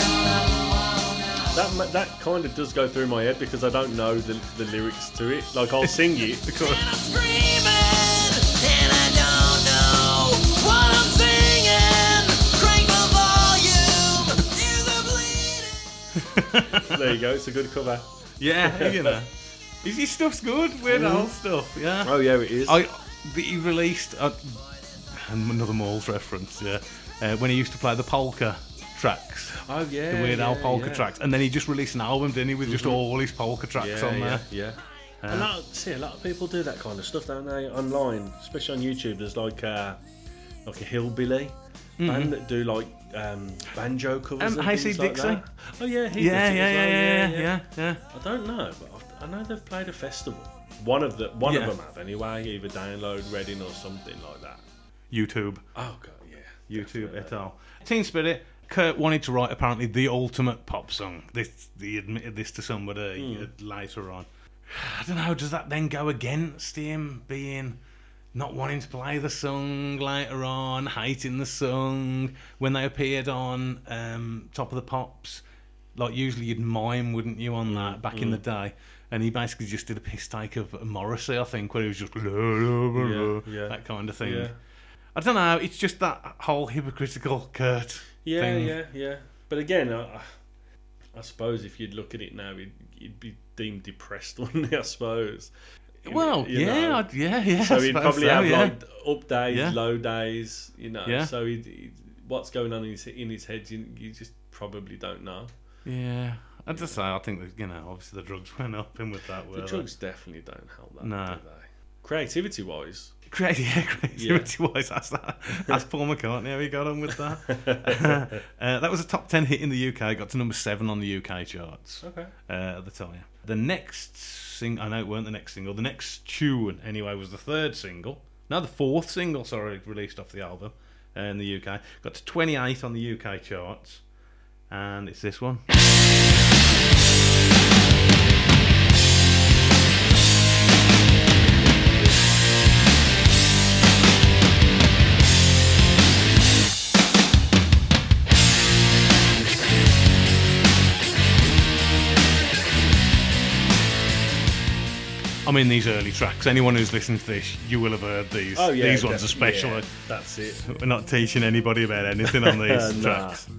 S1: Yeah,
S2: That ma- that kind of does go through my head because I don't know the, the lyrics to it. Like I'll sing it.
S3: And I'm screaming, and I don't know what I'm singing. Crank the volume, ears are bleeding.
S2: there you go. It's a good cover.
S1: yeah, you know. His, his stuff's good, weird old stuff. Yeah.
S2: Oh yeah, it is.
S1: I that he released uh, another Malls reference. Yeah, uh, when he used to play the polka tracks,
S2: oh yeah.
S1: the Weird
S2: yeah,
S1: Al polka
S2: yeah. Mm-hmm.
S1: tracks, and then he just released an album, didn't he, with just all his polka tracks
S2: Yeah,
S1: on
S2: yeah,
S1: there.
S2: yeah. A lot, see, a lot of people do that kind of stuff, don't they? Online, especially on YouTube, there's like uh, like a hillbilly band that do like Mm-hmm. um, banjo covers.
S1: Um,
S2: and
S1: Hey
S2: things
S1: Say
S2: like
S1: Dixie?
S2: that. Oh yeah, he
S1: Yeah,
S2: does it
S1: yeah,
S2: as well,
S1: yeah, yeah, yeah, yeah.
S2: I don't know, but I've, I know they've played a festival. One of the one
S1: Yeah.
S2: of them have anyway, either download Reading or something like that.
S1: YouTube.
S2: Oh god, yeah.
S1: YouTube et al. Teen Spirit. Kurt wanted to write apparently the ultimate pop song. This he admitted this to somebody
S2: Hmm.
S1: uh, later on. I don't know. Does that then go against him being not wanting to play the song later on, hating the song when they appeared on um, Top of the Pops? Like usually you'd mime, wouldn't you, on that back
S2: Hmm.
S1: in the day? And he basically just did a piss take of Morrissey, I think, where he was just
S2: yeah.
S1: that kind of thing.
S2: Yeah.
S1: I don't know. It's just that whole hypocritical Kurt.
S2: Yeah,
S1: thing.
S2: yeah, yeah. But again, I, I- I suppose if you'd look at it now, you'd, you'd be deemed depressed, wouldn't you? I suppose. You-
S1: Well,
S2: you
S1: yeah,
S2: know.
S1: I'd, yeah, yeah.
S2: So
S1: I
S2: he'd
S1: suppose
S2: probably
S1: so,
S2: have
S1: yeah.
S2: like up days,
S1: Yeah.
S2: low days, you know.
S1: Yeah.
S2: So he'd, he'd, what's going on in his, in his head, you, you just probably don't know.
S1: Yeah, I'd just say I think that you know, obviously the drugs went up in with that.
S2: The
S1: were
S2: drugs definitely don't help that,
S1: No.
S2: do they? Creativity wise,
S1: they? Cra- yeah, creativity wise, that's that. That's Paul McCartney. How he got on with that. uh, that was a top ten hit in the UK. Got to number seven on the UK charts
S2: okay.
S1: uh, at the time. The next sing, I know it weren't the next single. The next tune, anyway, was the third single. No, the fourth single. Sorry, released off the album uh, in the UK. Got to twenty eight on the UK charts, and it's this one. I mean, these early tracks. Anyone who's listened to this, you will have heard these.
S2: Oh yeah,
S1: these ones
S2: def-
S1: especially.
S2: yeah, that's it.
S1: We're not teaching anybody about anything on these
S2: Nah.
S1: tracks.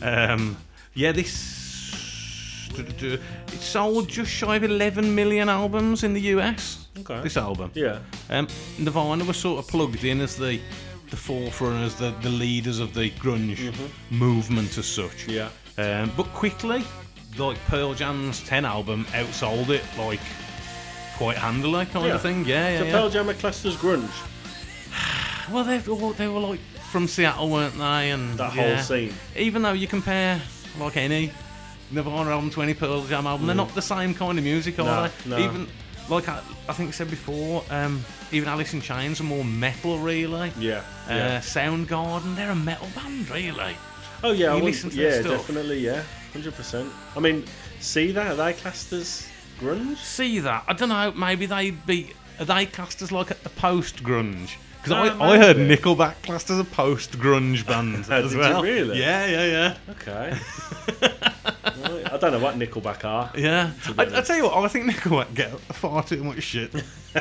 S1: Um, yeah, this it sold just shy of 11 million albums in the US.
S2: Okay.
S1: This album.
S2: yeah.
S1: Um, Nirvana was sort of plugged in as the the forerunners, the, the leaders of the grunge movement as such.
S2: Mm-hmm. Yeah.
S1: Um, but quickly, like Pearl Jam's 10 album outsold it, like quite handily kind
S2: Yeah.
S1: of thing. Yeah, yeah.
S2: So
S1: yeah.
S2: Pearl Jam are classed as grunge.
S1: Well, they, were all- they were like from Seattle, weren't they? And
S2: That
S1: yeah.
S2: whole scene.
S1: Even though you compare like any Nirvana album to any Pearl Jam album, they're not the same kind of music, are
S2: No,
S1: they?
S2: Mm. no.
S1: Even like I, I think I said before, um, even Alice in Chains are more metal, really.
S2: Yeah.
S1: Uh,
S2: yeah.
S1: Soundgarden, they're a metal band, really.
S2: oh yeah. I
S1: you
S2: wouldn't-
S1: listen to
S2: yeah.
S1: that stuff.
S2: Definitely. Yeah. Hundred percent. I mean, see that they classed as grunge.
S1: See that? I don't know. Maybe they'd be are they classed as like a, post grunge. Because
S2: Ah,
S1: I, I heard
S2: maybe.
S1: Nickelback classed as a post grunge band
S2: Did
S1: as
S2: you
S1: well.
S2: really?
S1: Yeah, yeah, yeah.
S2: Okay. Right, I don't know what Nickelback are.
S1: Yeah,
S2: be
S1: I, I
S2: honest.
S1: tell you what, I think Nickelback get far too much shit.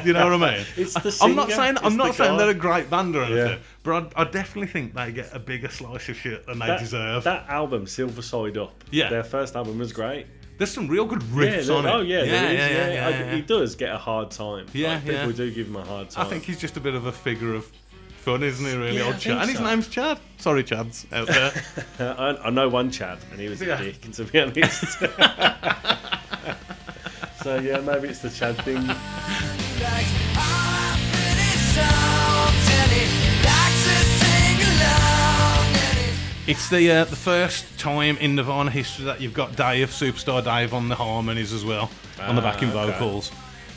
S1: You know what I mean?
S2: It's the
S1: I'm not
S2: singer,
S1: saying
S2: it's
S1: I'm
S2: the
S1: not saying
S2: guy.
S1: they're a great band or anything,
S2: Yeah.
S1: but I, I definitely think they get a bigger slice of shit than they
S2: That,
S1: deserve.
S2: that album, Silver Side Up.
S1: Yeah.
S2: Their first album was great.
S1: There's some real good
S2: Yeah.
S1: riffs
S2: there-
S1: on it.
S2: oh yeah.
S1: yeah,
S2: There
S1: yeah,
S2: is. Yeah.
S1: yeah,
S2: I-
S1: yeah, yeah.
S2: He does get a hard time.
S1: Yeah,
S2: Like, people
S1: yeah.
S2: do give him a hard
S1: I
S2: time.
S1: think he's just a bit of a figure of fun, isn't he? Really,
S2: Yeah, I
S1: old Chad,
S2: think
S1: and his
S2: so.
S1: name's Chad. Sorry, Chads out there.
S2: Uh, I, I know one Chad, and he was
S1: Yeah.
S2: a dick, to be honest. so yeah, maybe it's the Chad thing.
S3: Likes all pretty songs and he likes to sing along and he
S1: It's the uh, the first time in Nirvana history that you've got Dave, Superstar Dave, on the harmonies as well, on the
S2: Ah,
S1: backing
S2: okay.
S1: vocals.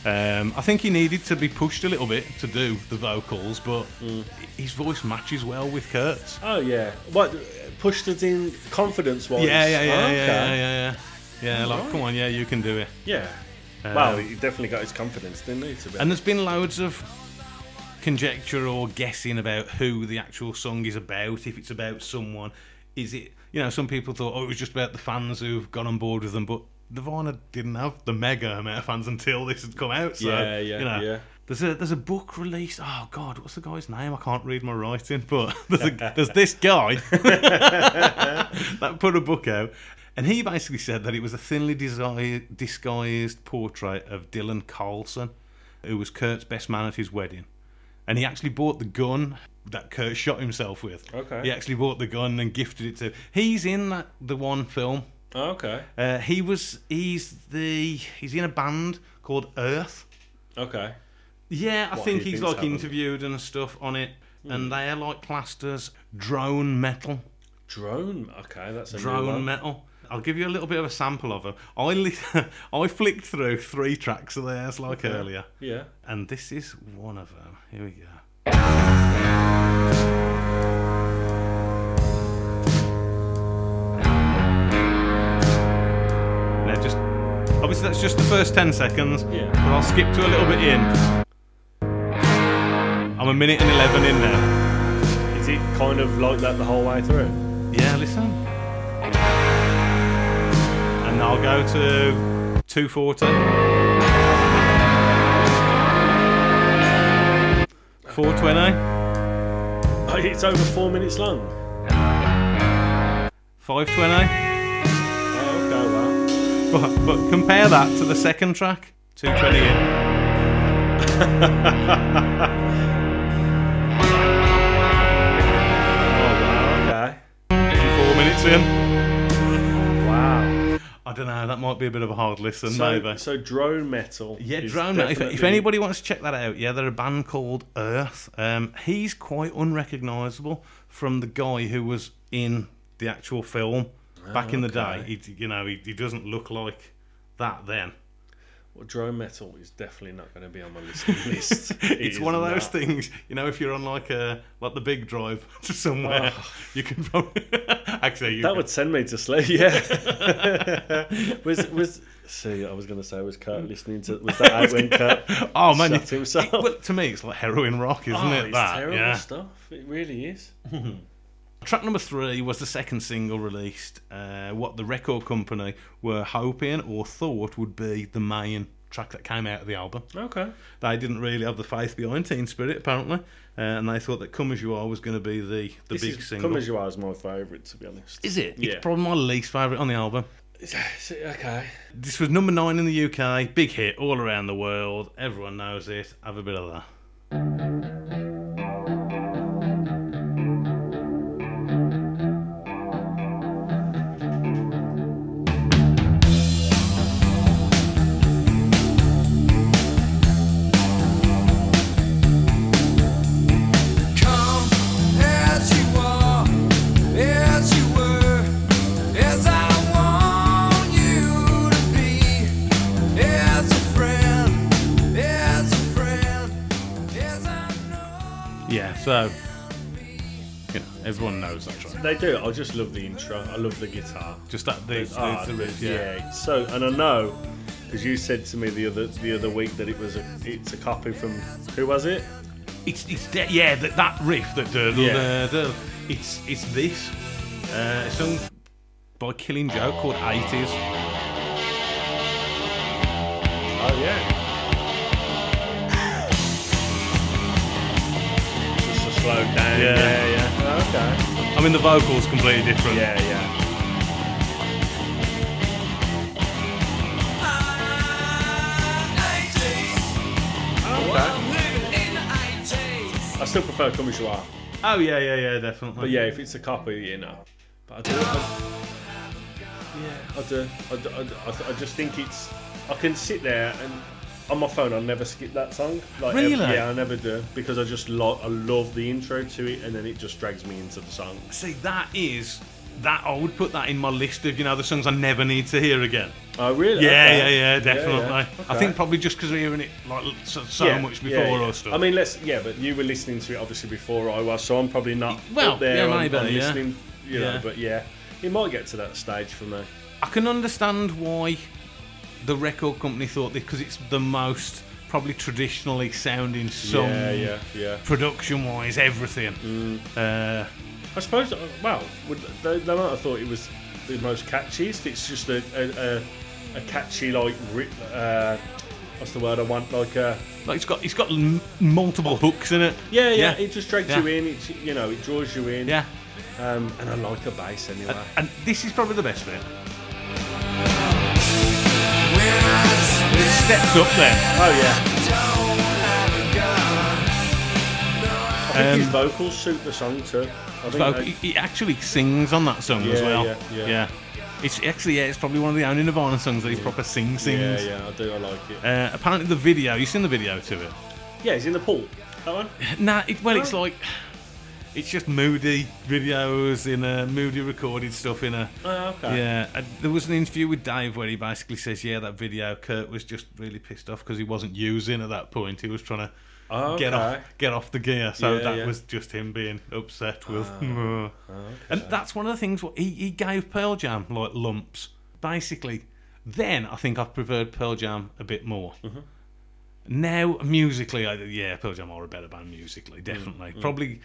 S1: Um, I think he needed to be pushed a little bit to do the vocals, but
S2: Mm.
S1: his voice matches well with Kurt's.
S2: Oh yeah, what pushed us in confidence wise?
S1: Yeah, yeah, yeah,
S2: Oh,
S1: yeah, yeah, yeah, yeah. Yeah, like,
S2: Right.
S1: come on, yeah, you can do it.
S2: yeah.
S1: Um,
S2: well, he definitely got his confidence, didn't he? To be
S1: And there's been loads of conjecture or guessing about who the actual song is about, if it's about someone. Is it, you know, some people thought, oh, it was just about the fans who've gone on board with them, but Nirvana didn't have the mega amount of fans until this had come out. So,
S2: Yeah, yeah,
S1: you know,
S2: yeah.
S1: There's a there's a book released. Oh God, what's the guy's name? I can't read my writing, but there's a, there's this guy that put a book out, and he basically said that it was a thinly desi- disguised portrait of Dylan Carlson, who was Kurt's best man at his wedding. And he actually bought the gun that Kurt shot himself with.
S2: Okay.
S1: He actually bought the gun and gifted it to. He's in that the one film.
S2: oh, okay,
S1: Uh, he was he's the he's in a band called Earth.
S2: okay.
S1: Yeah, I
S2: what
S1: think
S2: he
S1: he's
S2: thinks Hmm.
S1: like
S2: happened.
S1: interviewed and stuff on it, and they are like plasters, drone metal,
S2: Drone. Okay, that's a new
S1: drone
S2: one.
S1: metal. I'll give you a little bit of a sample of them. I li- I flicked through three tracks of theirs like earlier,
S2: Yeah.
S1: and this is one of them. Here we go. Now, just obviously that's just the first ten seconds.
S2: Yeah.
S1: But I'll skip to a little bit in. I'm a minute and eleven in there.
S2: Is it kind of like that the whole way through?
S1: Yeah, listen. And I'll go to 240. 420,
S2: Oh, it's over four minutes long.
S1: 520.
S2: Oh, okay, wow.
S1: But, but compare that to the second track, 220 in.
S2: Oh wow. Okay.
S1: and Four minutes in.
S2: Wow.
S1: I don't know, that might be a bit of a hard listen,
S2: So,
S1: maybe.
S2: so drone metal.
S1: Yeah,
S2: is
S1: Drone. If, if
S2: definitely-
S1: anybody wants to check that out, yeah, they're a band called Earth. Um, he's quite unrecognisable from the guy who was in the actual film back in the day.
S2: Oh, okay.
S1: He, you know, he, he doesn't look like that then.
S2: Well, drone metal is definitely not going to be on my listening list. It
S1: it's
S2: is
S1: one of those
S2: not.
S1: things, you know, if you're on like a like the big drive to somewhere, you can probably actually you
S2: Oh. That
S1: can-
S2: would send me to sleep. Yeah. was was see? I was going to say was Kurt listening to was that out when Kurt?
S1: Oh man,
S2: shut
S1: you-
S2: himself.
S1: it- well, to me it's like heroin rock, isn't
S2: Oh,
S1: it?
S2: it's
S1: that
S2: terrible
S1: yeah.
S2: stuff. It really is.
S1: Track number three was the second single released, uh, what the record company were hoping or thought would be the main track that came out of the album.
S2: Okay.
S1: They didn't really have the faith behind Teen Spirit, apparently, uh, and they thought that Come As You Are was going to be the, the
S2: This
S1: big
S2: is,
S1: single.
S2: Come as you are is my favourite, to be honest.
S1: Is it?
S2: Yeah.
S1: It's probably my least favourite on the album.
S2: Okay.
S1: This was number nine in the UK, big hit all around the world. Everyone knows it. Have a bit of that.
S3: Come as you are, as you were, as I want you to be, as a friend, as a friend, as I know.
S1: Yeah, so you know, everyone knows that track.
S2: They do. I just love the intro. I love the guitar.
S1: Just that the, the,
S2: Ah,
S1: the riff,
S2: yeah.
S1: yeah.
S2: it's So, and I know because you said to me the other the other week that it was a it's a copy from who was it?
S1: It's it's de- yeah that, that riff that the
S2: Yeah.
S1: it's it's this uh, a song by Killing Joke called Eighties.
S2: Oh yeah. Just a slow down.
S1: Yeah.
S2: yeah. yeah. Okay.
S1: Um, I mean the vocals completely different.
S2: Yeah, yeah. Okay. I still prefer Comme Je Are.
S1: Oh yeah yeah yeah definitely.
S2: But yeah, if it's a copy, you know. But I do. I, yeah, I do. I, do, I, do- I, th- I just think it's. I can sit there and on my phone, I never skip that song. Like, ev-
S1: Really?
S2: yeah, I never do because I just lo- I love the intro to it, and then it just drags me into the song.
S1: see that is that I would put that in my list of you know the songs I never need to hear again.
S2: Oh really?
S1: Yeah
S2: Okay.
S1: yeah yeah definitely. I
S2: Okay.
S1: think probably just because we're hearing it like so, so
S2: Yeah,
S1: much
S2: yeah,
S1: before
S2: yeah.
S1: or stuff.
S2: I mean, let's yeah, but you were listening to it obviously before I was, so I'm probably not
S1: Well,
S2: up there
S1: yeah,
S2: on,
S1: maybe,
S2: on
S1: yeah.
S2: listening. You know,
S1: Yeah.
S2: but yeah, it might get to that stage for me.
S1: I can understand why the record company thought this because it's the most probably traditionally sounding song,
S2: yeah, yeah, Mm. yeah.
S1: production wise, everything. Uh,
S2: I suppose. uh, Well, would, they, they might have thought it was the most catchiest. It's just a a, a, a catchy like ri- uh, what's the word I want? Like a
S1: like it's got it's got m- multiple hooks in it.
S2: yeah, yeah.
S1: yeah,
S2: It just drags
S1: Yeah.
S2: you in. It you know it draws you in.
S1: yeah. Uh,
S2: Um, and I like a bass anyway.
S1: And, and this is probably the best bit. It steps up there.
S2: oh yeah. I think his
S1: Um,
S2: vocals suit the song too. I think
S1: Folk,
S2: they-
S1: he, he actually sings on that song as
S2: Yeah,
S1: well.
S2: yeah, yeah.
S1: It's actually yeah, it's probably one of the only Nirvana songs that he proper sing sings.
S2: yeah, yeah, I do. I like it.
S1: Uh, apparently, the video. You seen the video to it?
S2: Yeah, he's in the pool. That one.
S1: Nah, it, well, it's
S2: Oh.
S1: like it's just moody videos in a moody recorded stuff in a.
S2: Oh, okay.
S1: Yeah, uh, there was an interview with Dave where he basically says, "Yeah, that video, Kurt was just really pissed off because he wasn't using at that point. He was trying to
S2: Oh,
S1: get off
S2: okay.
S1: get off the gear, so
S2: Yeah,
S1: that
S2: yeah. Ah,
S1: was just him being upset with." And that's one of the things. What he, he gave Pearl Jam like lumps. Basically, then I think I've preferred Pearl Jam a bit more.
S2: Mm-hmm.
S1: Now musically, I, yeah, Pearl Jam are a better band
S2: Mm,
S1: musically, definitely. Probably,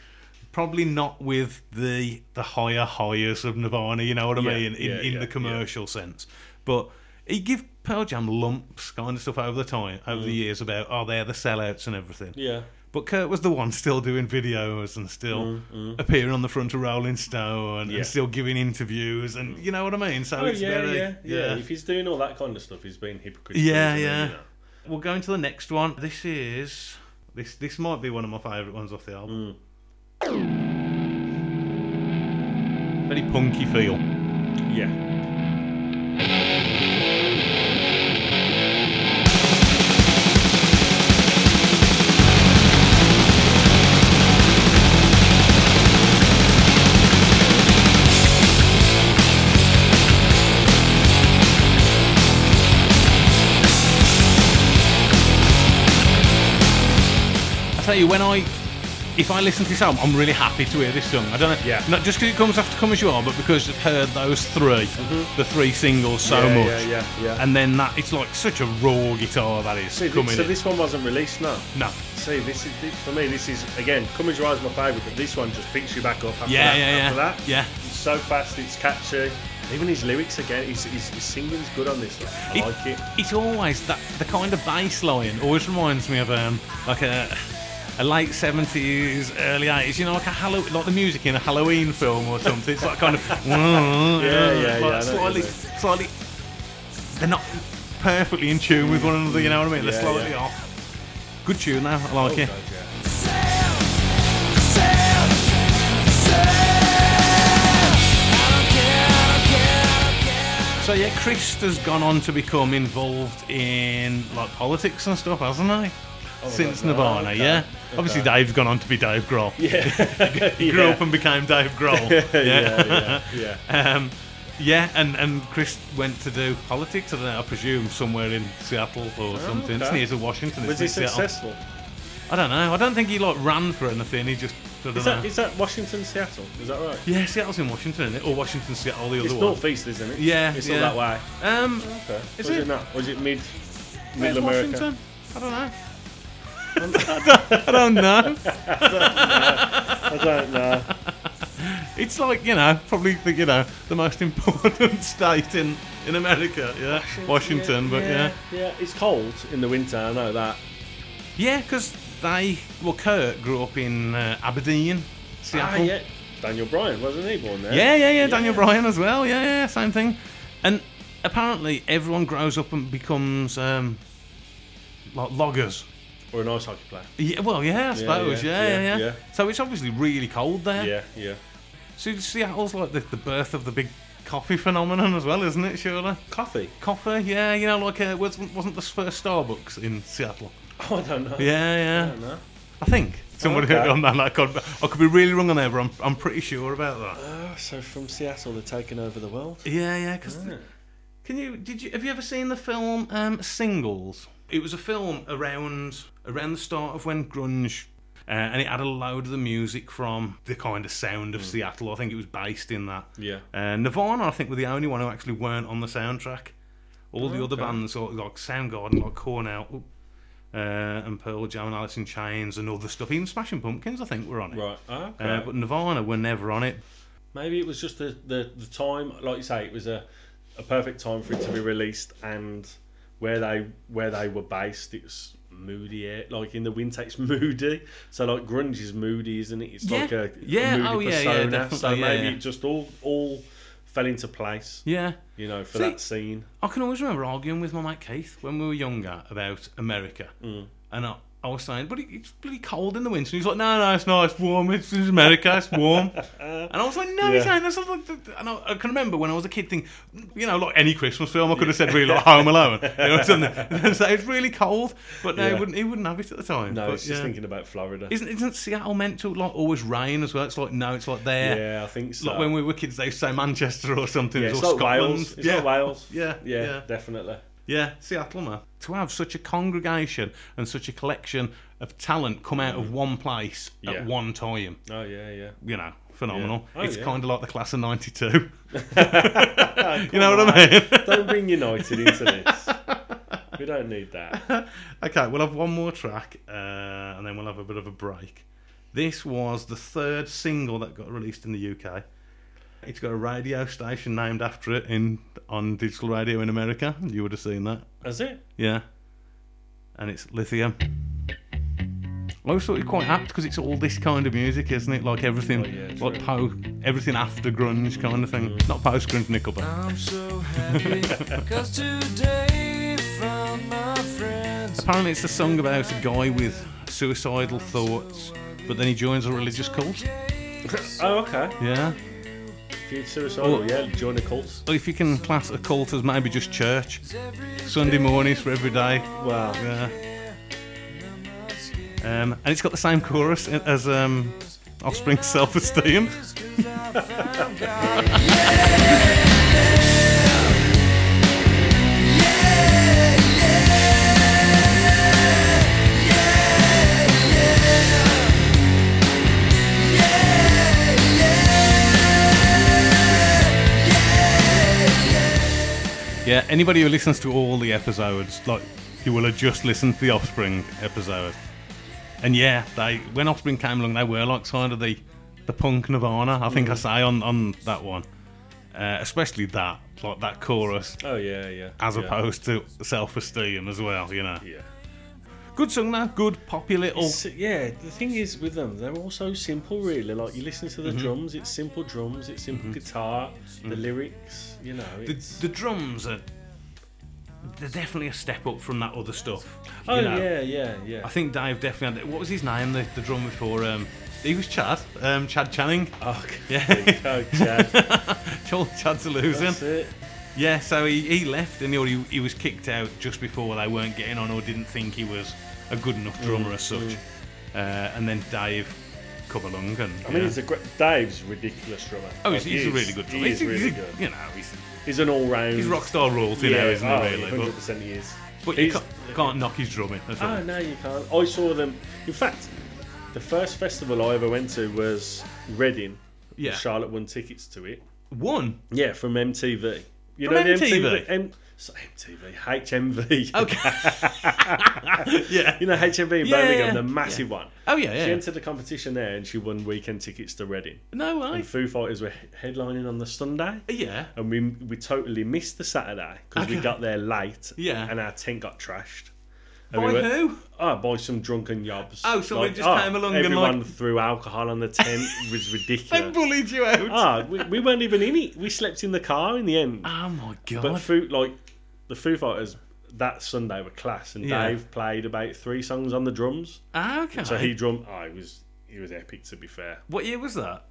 S1: probably not with the the higher highs of Nirvana. You know what I
S2: Yeah,
S1: mean? In,
S2: yeah,
S1: in
S2: yeah,
S1: the commercial sense, but he give Pearl Jam lumps kind of stuff over the time over the years about oh they're the sellouts and everything.
S2: Mm. Yeah.
S1: But Kurt was the one still doing videos and still appearing on the front of Rolling Stone
S2: Mm, Yeah.
S1: and still giving interviews and you know what I mean. So
S2: Oh
S1: it's
S2: yeah,
S1: very
S2: yeah, yeah, If he's doing all that kind of stuff, he's being hypocritical.
S1: Yeah,
S2: isn't he,
S1: yeah.
S2: you know?
S1: We'll go into the next one. This is this this might be one of my favourite ones off the album.
S2: Mm.
S1: Very punky feel.
S2: Yeah.
S1: I tell you, when I if I listen to this album, I'm really happy to hear this song. I don't know,
S2: Yeah.
S1: not just because it comes after Come As You Are, but because I've heard those 3 the three singles so
S2: Mm-hmm. Yeah,
S1: much.
S2: yeah, yeah, yeah.
S1: And then that it's like such a raw guitar that is
S2: See, thi-
S1: coming
S2: so
S1: in.
S2: this one wasn't released now.
S1: no,
S2: See, this is thi- for me. This is again, Come As You Are is my favourite, but this one just picks you back up after
S1: yeah,
S2: that.
S1: yeah,
S2: after
S1: yeah,
S2: that.
S1: yeah.
S2: It's so fast, it's catchy. Even his lyrics again, his, his, his singing's good on this. one. I like it.
S1: It's always that the kind of bass line always reminds me of um like a a late seventies, early eighties. You know, like a Hallow like the music in a Halloween film or something. It's like kind of yeah,
S2: yeah, yeah, I know
S1: like
S2: what you
S1: slightly
S2: mean.
S1: slightly they're not perfectly in tune with one another. You know what I mean? They're
S2: Yeah,
S1: slightly
S2: yeah. Oh,
S1: off. Good tune now. I like it.
S2: God, yeah.
S1: So yeah, Christ has gone on to become involved in like politics and stuff, hasn't he? Since
S2: God, no.
S1: Nirvana,
S2: Okay.
S1: yeah. Obviously, Dave's gone on to be Dave Grohl. Yeah, he grew
S2: Yeah.
S1: up and became Dave Grohl. yeah,
S2: yeah, yeah, yeah.
S1: Um, yeah, and, and Chris went to do politics, I, don't know, I presume, somewhere in Seattle or something. It's
S2: Oh, okay.
S1: near to Washington.
S2: Was
S1: it's
S2: he
S1: near Seattle.
S2: successful?
S1: I don't know. I don't think he like ran for anything. He just I don't
S2: Is
S1: know.
S2: that, is that Washington, Seattle? Is that right?
S1: yeah, Seattle's in Washington, isn't it? Or Washington, Seattle, the other
S2: It's
S1: one.
S2: northeast, isn't it?
S1: Yeah,
S2: it's
S1: yeah.
S2: all that way.
S1: Um,
S2: Okay.
S1: Is
S2: Is it?
S1: it?
S2: not? Was it mid?
S1: where's
S2: Middle America.
S1: Washington? I don't know. I don't know.
S2: I don't know.
S1: It's like you know, probably the, you know the most important state in in America. Yeah, Washington, but yeah.
S2: yeah, It's cold in the winter. I know that.
S1: Yeah, because they, well, Kurt grew up in uh, Aberdeen,
S2: Ah,
S1: Seattle.
S2: yeah. Daniel Bryan wasn't he born there?
S1: yeah, yeah, yeah, Daniel Bryan as well. Yeah, yeah, same thing. And apparently, everyone grows up and becomes um, like loggers.
S2: Or an ice hockey player.
S1: Yeah, well, yeah, I suppose. Yeah yeah yeah,
S2: yeah.
S1: So it's obviously really cold there.
S2: Yeah, yeah.
S1: So Seattle's like the, the birth of the big coffee phenomenon as well, isn't it? Surely.
S2: Coffee.
S1: Coffee, yeah, you know, like uh, wasn't wasn't the first Starbucks in Seattle?
S2: Oh, I don't know.
S1: Yeah, yeah.
S2: I don't know.
S1: I think somebody
S2: Okay.
S1: on that. Like, God, I could be really wrong on there, but I'm, I'm pretty sure about that.
S2: Oh, so from Seattle, they're taking over the world.
S1: Yeah, yeah. Because can you did you have you ever seen the film um, Singles? It was a film around around the start of when grunge. Uh, and it had a load of the music from the kind of sound of Seattle. I think it was based in that.
S2: Hmm. Yeah.
S1: Uh, Nirvana, I think, were the only one who actually weren't on the soundtrack. All the other
S2: Oh, okay.
S1: bands, sort of like Soundgarden, like Cornell, uh, and Pearl Jam, and Alice in Chains, and other stuff. Even Smashing Pumpkins, I think, were on it.
S2: Right. Ah, okay.
S1: Uh, but Nirvana were never on it.
S2: Maybe it was just the, the, the time, like you say, it was a, a perfect time for it to be released, and where they where they were based, it's moody. eh, Like in the winter, it's moody. So like grunge is moody, isn't it? It's
S1: Yeah.
S2: like a, a
S1: Yeah,
S2: moody
S1: oh, yeah, yeah,
S2: persona. so
S1: definitely, yeah,
S2: maybe
S1: yeah.
S2: it just all all fell into place,
S1: Yeah.
S2: you know, for
S1: See-
S2: that scene.
S1: I can always remember arguing with my mate Keith when we were younger about America.
S2: Mm.
S1: And I, I was saying, but it, it's bloody cold in the winter. And he's like, no, no, it's not. It's warm. It's, it's America. It's warm. and I was like, no, it's
S2: Yeah.
S1: not. That's not like the- and I, I can remember when I was a kid thinking, you know, like any Christmas film, I could have said really like Home Alone. You know, or something. so it's really cold. But no, he,
S2: Yeah.
S1: wouldn't, he wouldn't have it at the time.
S2: No,
S1: but,
S2: it's just
S1: yeah.
S2: thinking about Florida.
S1: Isn't, isn't Seattle meant to like always rain as well? It's like, no, it's like there.
S2: yeah, I think so.
S1: Like when we were kids, they say Manchester or something.
S2: yeah,
S1: or
S2: it's like
S1: Scotland.
S2: Wales. It's
S1: yeah.
S2: like Wales.
S1: Yeah,
S2: yeah,
S1: yeah.
S2: definitely.
S1: Yeah, Seattle, man. To have such a congregation and such a collection of talent come out of one place
S2: Mm. Yeah.
S1: at one time,
S2: Oh yeah, yeah.
S1: you know, phenomenal.
S2: Yeah. Oh,
S1: it's
S2: yeah.
S1: kind of like the class of 92. you know what I mean?
S2: Don't bring United into this. We don't need that.
S1: okay, we'll have one more track uh, and then we'll have a bit of a break. This was the third single that got released in the UK. It's got a radio station named after it in on digital radio in America. You would have seen that.
S2: Is it?
S1: Yeah. And it's lithium. I always thought it quite apt because it's all this kind of music, isn't it? Like everything,
S2: yeah,
S1: like po- everything after grunge kind of thing. Not post grunge Nickelback.
S3: I'm so happy cause today found my friends.
S1: Apparently, it's a song about a guy with suicidal thoughts, but then he joins a religious cult.
S2: Oh, okay.
S1: Yeah.
S2: If you're suicidal, yeah, join a cult.
S1: Or if you can class a cult as maybe just church, Sunday mornings for every day.
S2: Wow.
S1: Yeah. Um, and it's got the same chorus as um, Offspring's Self Esteem. Yeah, anybody who listens to all the episodes, like you will have just listened to the Offspring episode. And yeah, they when Offspring came along, they were like kind of the the punk Nirvana. I think I say on on that one, uh, especially that like that chorus,
S2: Oh, yeah, yeah.
S1: as
S2: yeah.
S1: opposed to Self Esteem as well. You know,
S2: Yeah.
S1: good song though, good poppy little.
S2: So, yeah, the thing is with them, they're all so simple, really. Like, you listen to the drums, it's simple drums, it's simple guitar, Mm-hmm. the lyrics, you know.
S1: The,
S2: It's,
S1: the drums are they're definitely a step up from that other stuff.
S2: Oh
S1: you know?
S2: yeah, yeah, yeah.
S1: I think Dave definitely had. What was his name? The, the drummer for um, he was Chad, um, Chad Channing.
S2: oh, God.
S1: Yeah.
S2: oh, Chad.
S1: Told Chad to lose him.
S2: That's it.
S1: Yeah, so he, he left and he, already- he was kicked out just before they weren't getting on or didn't think he was a good enough drummer as
S2: Mm,
S1: such. Uh, and then Dave come along and.
S2: I mean, he's a great. Dave's ridiculous drummer.
S1: Oh, he's,
S2: Like,
S1: he's a really good drummer.
S2: He is
S1: he's,
S2: really
S1: he's
S2: good.
S1: You know, he's,
S2: He's an all-round.
S1: he's rock star royalty now, isn't
S2: oh,
S1: he? Really,
S2: 100
S1: but,
S2: percent he is.
S1: but you
S2: He's-
S1: can't, can't knock his drumming. That's all.
S2: Oh no, you can't. I saw them. In fact, the first festival I ever went to was Reading.
S1: yeah.
S2: Charlotte won tickets to it.
S1: One.
S2: Yeah, from MTV. You
S1: From
S2: know the
S1: MTV?
S2: MTV. M- so MTV, HMV.
S1: Okay. Oh, yeah.
S2: You know HMV in
S1: Yeah,
S2: Birmingham,
S1: yeah.
S2: the massive one.
S1: Oh yeah, yeah.
S2: She entered the competition there and she won weekend tickets to Reading.
S1: no way.
S2: And Foo Fighters were he- headlining on the Sunday.
S1: Yeah.
S2: And we we totally missed the Saturday because we
S1: Okay.
S2: got there late.
S1: Yeah.
S2: And our tent got trashed. And
S1: By
S2: we were-
S1: who?
S2: Oh, by some drunken yobs. ah,
S1: Oh, somebody just came along and,
S2: everyone
S1: like-
S2: threw alcohol on the tent. It was
S1: They
S2: ridiculous.
S1: bullied you out.
S2: Ah, we, we weren't even in it. We slept in the car in the end.
S1: Oh my god.
S2: But Foo, like the Foo Fighters that Sunday were class, and
S1: Yeah.
S2: Dave played about three songs on the drums.
S1: Ah, okay.
S2: So he drum. Oh, he was he was epic. To be fair,
S1: What year was that?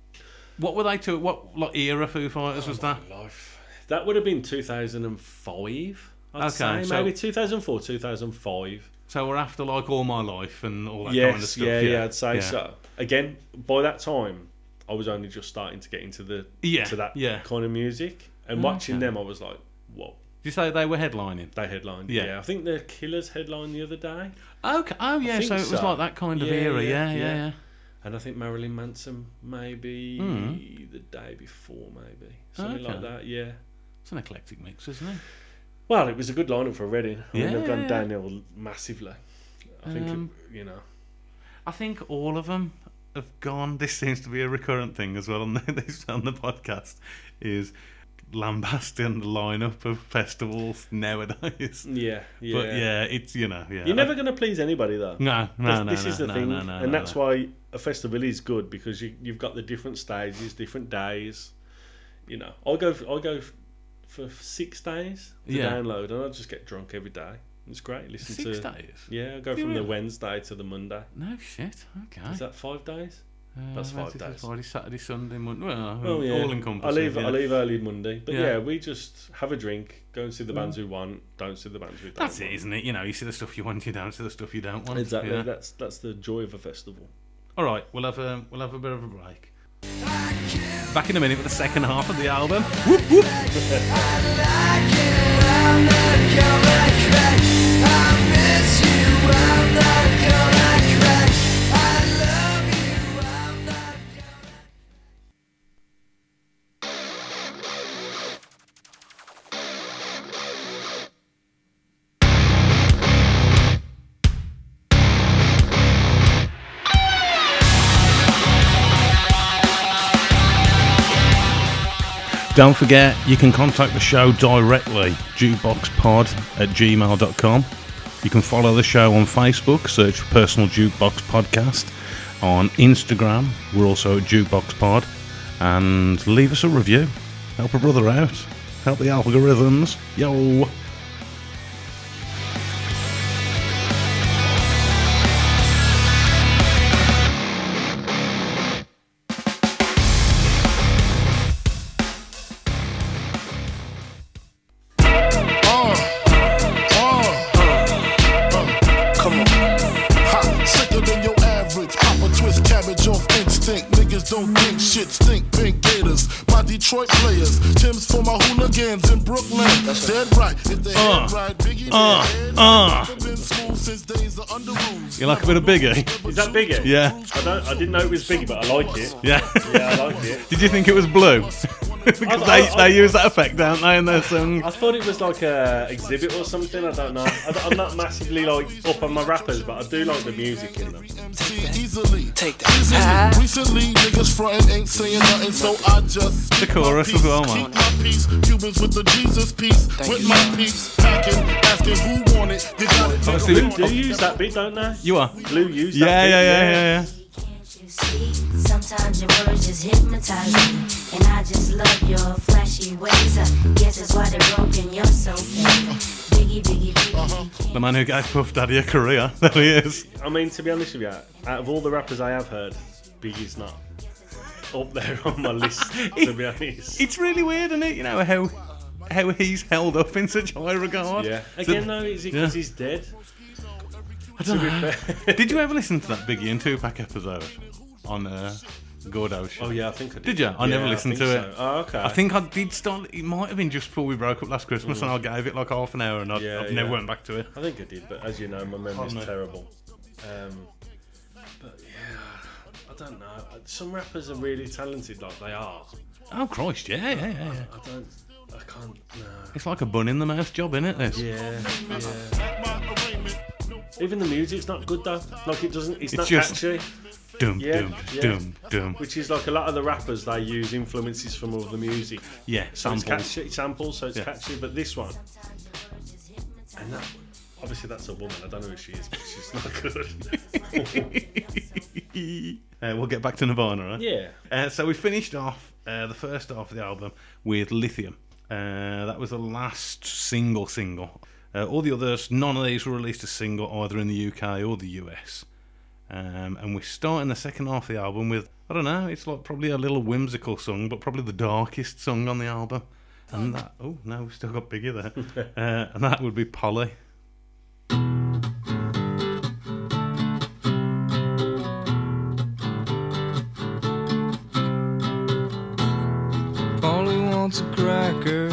S1: What were they to? What like era Foo Fighters was that?
S2: life that would have been two thousand and five. I'd
S1: Okay,
S2: say
S1: so-
S2: maybe two thousand four, two thousand five.
S1: So we're after like all my life and all that
S2: Yes,
S1: kind of stuff.
S2: yeah, yeah, I'd say so. Again, by that time, I was only just starting to get into the
S1: Yeah,
S2: to that
S1: yeah.
S2: kind of music, and watching them, I was like, whoa.
S1: Did you say they were headlining?
S2: They headlined,
S1: Yeah.
S2: yeah. I think the Killers headlined the other day,
S1: Okay. Oh yeah.
S2: think
S1: So it was
S2: so.
S1: like that kind of
S2: Yeah,
S1: era. Yeah,
S2: yeah,
S1: yeah, yeah.
S2: yeah. and I think Marilyn Manson maybe the day before, maybe something like
S1: Hmm. Oh, Okay.
S2: that. Yeah.
S1: It's an eclectic mix, isn't it?
S2: Well, it was a good lineup for Reading. I mean,
S1: Yeah,
S2: they've
S1: yeah,
S2: gone
S1: yeah.
S2: downhill massively. I think
S1: Um,
S2: it, you know.
S1: I think all of them have gone. This seems to be a recurrent thing as well on the, this on the podcast. Is lambasting the lineup of festivals nowadays.
S2: Yeah, yeah.
S1: But yeah, it's you know yeah.
S2: You're never going to please anybody though.
S1: No, no,
S2: That's-
S1: no.
S2: this
S1: no,
S2: is the
S1: no,
S2: thing,
S1: no, no,
S2: and
S1: no,
S2: that's
S1: no.
S2: why a festival is good because you, you've got the different stages, different days. You know, I'll go. f- I'll go f- for six days to
S1: Yeah.
S2: download, and I'll just get drunk every day. It's great. Listen
S1: six
S2: to
S1: days.
S2: yeah. I'll go
S1: Do you
S2: from the
S1: really?
S2: Wednesday to the Monday.
S1: No shit. Okay.
S2: Is that five days?
S1: Uh,
S2: That's five
S1: Wednesday, Thursday,
S2: days.
S1: Friday, Saturday, Sunday, Monday. Well,
S2: Oh yeah.
S1: Mm, all encompassing.
S2: I leave.
S1: yeah.
S2: I leave early Monday, but
S1: Yeah. Mm.
S2: yeah. we just have a drink, go and see the bands we want, don't see the bands we don't.
S1: That's
S2: want.
S1: it, isn't it? You know, you see the stuff you want, you don't see the stuff you don't want.
S2: Exactly.
S1: Yeah.
S2: That's that's the joy of a festival.
S1: All right, we'll have a we'll have a bit of a break. Back in a minute with the second half of the album. Whoop, whoop. Don't forget, you can contact the show directly, jukeboxpod at gmail.com. You can follow the show on Facebook, search for Personal Jukebox Podcast. On Instagram, we're also at jukeboxpod. And leave us a review. Help a brother out. Help the algorithms. Yo!
S5: Uh, uh, uh, come on. Ha, sicker than your average. Pop a twist cabbage off instinct. Niggas don't think shit stink. Pink Gators, my Detroit players. Tim's for my hooligans in Brooklyn. Dead right. If they
S1: Uh,
S5: head right, Biggie
S1: uh,
S5: dead.
S1: uh.
S5: Never been school since days of under rules.
S1: You like a bit of Biggie?
S2: Is that bigger?
S1: Yeah.
S2: I don't. I didn't know it was biggie, but I like it.
S1: Yeah.
S2: Yeah, I like it.
S1: Did you think it was blue? because they,
S2: I- I-
S1: they use that effect, don't they, in their songs?
S2: I thought it was like a exhibit or something. I don't know. I, am not massively like up on my rappers, but I do like the music in them.
S5: MC easily. Take that. Recently, niggas frontin' ain't saying nothing, so I just.
S1: The chorus
S5: keep my
S1: as well,
S5: peace,
S1: man.
S5: Keep my peace. Cubans with the Jesus piece. With my peace. Packing, asking who want it. You got it.
S1: Obviously,
S2: Blue do use that beat, don't they?
S1: you are.
S2: Blue use that
S1: Yeah,
S2: beat.
S1: yeah, yeah, yeah, yeah.
S6: See, sometimes your words just hypnotize me. And I just love your flashy ways. I guess that's why they're broken. You're so fake. Biggie, biggie, biggie.
S1: The man who gave Puff Daddy a career. There he is.
S2: I mean, to be honest with you, out of all the rappers I have heard, Biggie's not up there on my list. to be honest,
S1: It's really weird, isn't it? You know how how he's held up in such high regard.
S2: yeah.
S1: So-
S2: Again, though, is it because
S1: yeah.
S2: he's dead?
S1: I don't know. Did you ever listen to that Biggie and Tupac episode on uh, Gordo Show?
S2: Oh yeah, I think I did.
S1: Did ya? I never listened
S2: think
S1: to it.
S2: so. Oh okay.
S1: I think I did start. It might have been just before we broke up last Christmas, and I gave it like half an hour, and I,
S2: Yeah,
S1: I never
S2: yeah.
S1: went back to it.
S2: I think I did, but as you know, my memory's
S1: no.
S2: terrible. Um, but yeah, I don't know. Some rappers are really talented, like they are.
S1: Oh Christ! Yeah, yeah, yeah. yeah.
S2: I don't. I can't. No.
S1: It's like a bun in the mouth job, isn't it? This.
S2: Yeah, yeah. Even the music's not good though. Like it doesn't. It's, not
S1: just-
S2: catchy.
S1: Dum
S2: Yeah,
S1: dum
S2: yeah.
S1: dum dum.
S2: Which is like a lot of the rappers they use influences from all the music.
S1: Yeah,
S2: So
S1: samples.
S2: it's catchy, samples, so it's
S1: Yeah.
S2: catchy. But this one,
S6: Sometimes your words just hypnotize
S2: and that, obviously that's a woman. I don't know who she is, but she's not good.
S1: Uh, we'll get back to Nirvana, right?
S2: yeah.
S1: Uh, so we finished off uh, the first half of the album with Lithium. Uh, that was the last single single. Uh, all the others, none of these were released as single either in the UK or the US. Um, and we're starting the second half of the album with, I don't know, it's like probably a little whimsical song, but probably the darkest song on the album. And that, oh no, we've still got Biggie there. uh, and that would be Polly.
S3: Polly wants a cracker.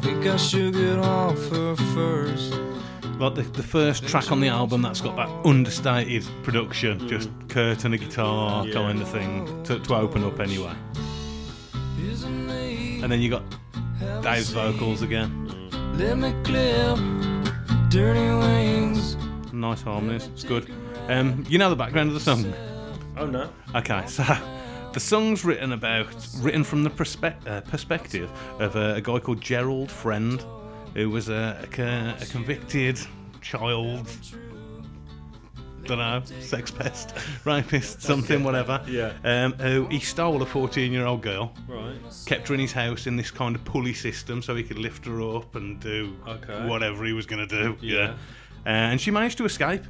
S3: Think I should get off her first.
S1: Like the, the first track on the album that's got that understated production, just Kurt and a guitar kind of thing to, to open up anyway.
S3: Isn't me?
S1: And then you got Dave's vocals again.
S3: Let me clip dirty wings.
S1: Nice harmonies, it's good. Um, you know the background of the song?
S2: Oh no.
S1: Okay, so the song's written about, written from the perspe- uh, perspective of a, a guy called Gerald Friend, who was a, a, co- a convicted child, don't know, sex pest, rapist, something, whatever.
S2: Yeah.
S1: Um, who he stole a 14 year old girl,
S2: Right.
S1: kept her in his house in this kind of pulley system so he could lift her up and do
S2: Okay.
S1: whatever he was going to do.
S2: Yeah.
S1: Uh, and she managed to escape,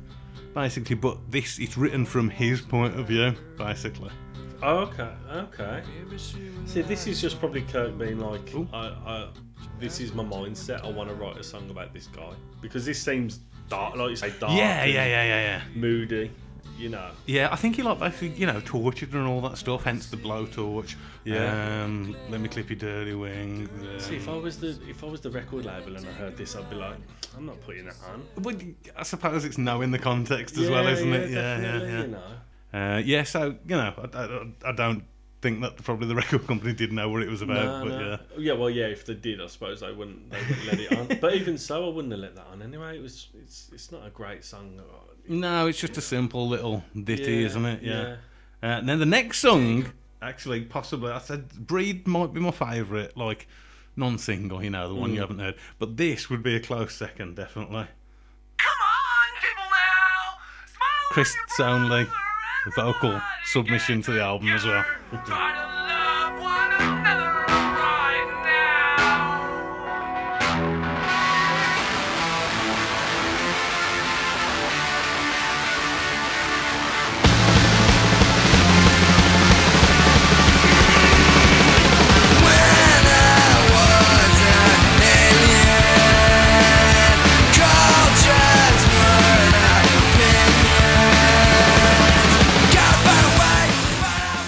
S1: basically. But this, it's written from his point of view, basically.
S2: Okay, okay. See, this is just probably Kirk being like, I, I, this is my mindset. I want to write a song about this guy because this seems dark, like you say, dark.
S1: Yeah,
S2: and
S1: yeah, yeah, yeah, yeah.
S2: Moody, you know.
S1: Yeah, I think he like basically, you know, tortured her and all that stuff. Hence the blowtorch.
S2: Yeah.
S1: Um, let me clip your dirty wing. Um,
S2: See, if I was the if I was the record label and I heard this, I'd be like, I'm not putting that on.
S1: Well, I suppose it's knowing the context as well, isn't it? Yeah, yeah,
S2: definitely,
S1: yeah.
S2: You know.
S1: Uh, yeah, so you know, I, I, I don't think that probably the record company did know what it was
S2: No,
S1: about, but
S2: no.
S1: yeah.
S2: Uh, Um, yeah, well, yeah. If they did, I suppose they wouldn't. They wouldn't let it on. But even so, I wouldn't have let that on anyway. It was. It's. It's not a great song.
S1: No, it's just a simple little ditty,
S2: Yeah,
S1: isn't it? Yeah. Uh, and then the next song, actually, possibly, I said Breed might be my favourite, like non-single, you know, the one you haven't heard. But this would be a close second, definitely. Chris Soundley, vocal submission to the album as well.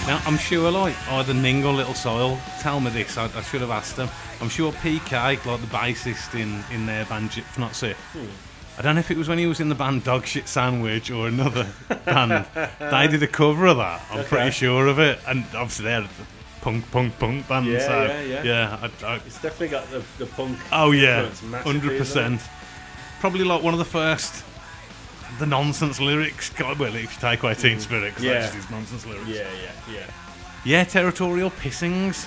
S1: Now, I'm sure, like, either Ning or Little Soil, tell me this, I, I should have asked them. I'm sure PK, like the bassist in, in their band, Gypsy Not Sif, I don't know if it was when he was in the band Dogshit Sandwich or another band, they did a cover of that, I'm pretty sure of it. And obviously, they're the punk, punk, punk band,
S2: Yeah,
S1: so.
S2: yeah, yeah.
S1: I, I,
S2: It's definitely got the the punk.
S1: oh, yeah,
S2: influence massively, isn't it?
S1: 100%. Probably like one of the first. The nonsense lyrics, God, well, if you take away Teen Spirit, 'cause
S2: Mm. Yeah.
S1: that's just his nonsense lyrics.
S2: Yeah, yeah, yeah.
S1: Yeah, territorial pissings.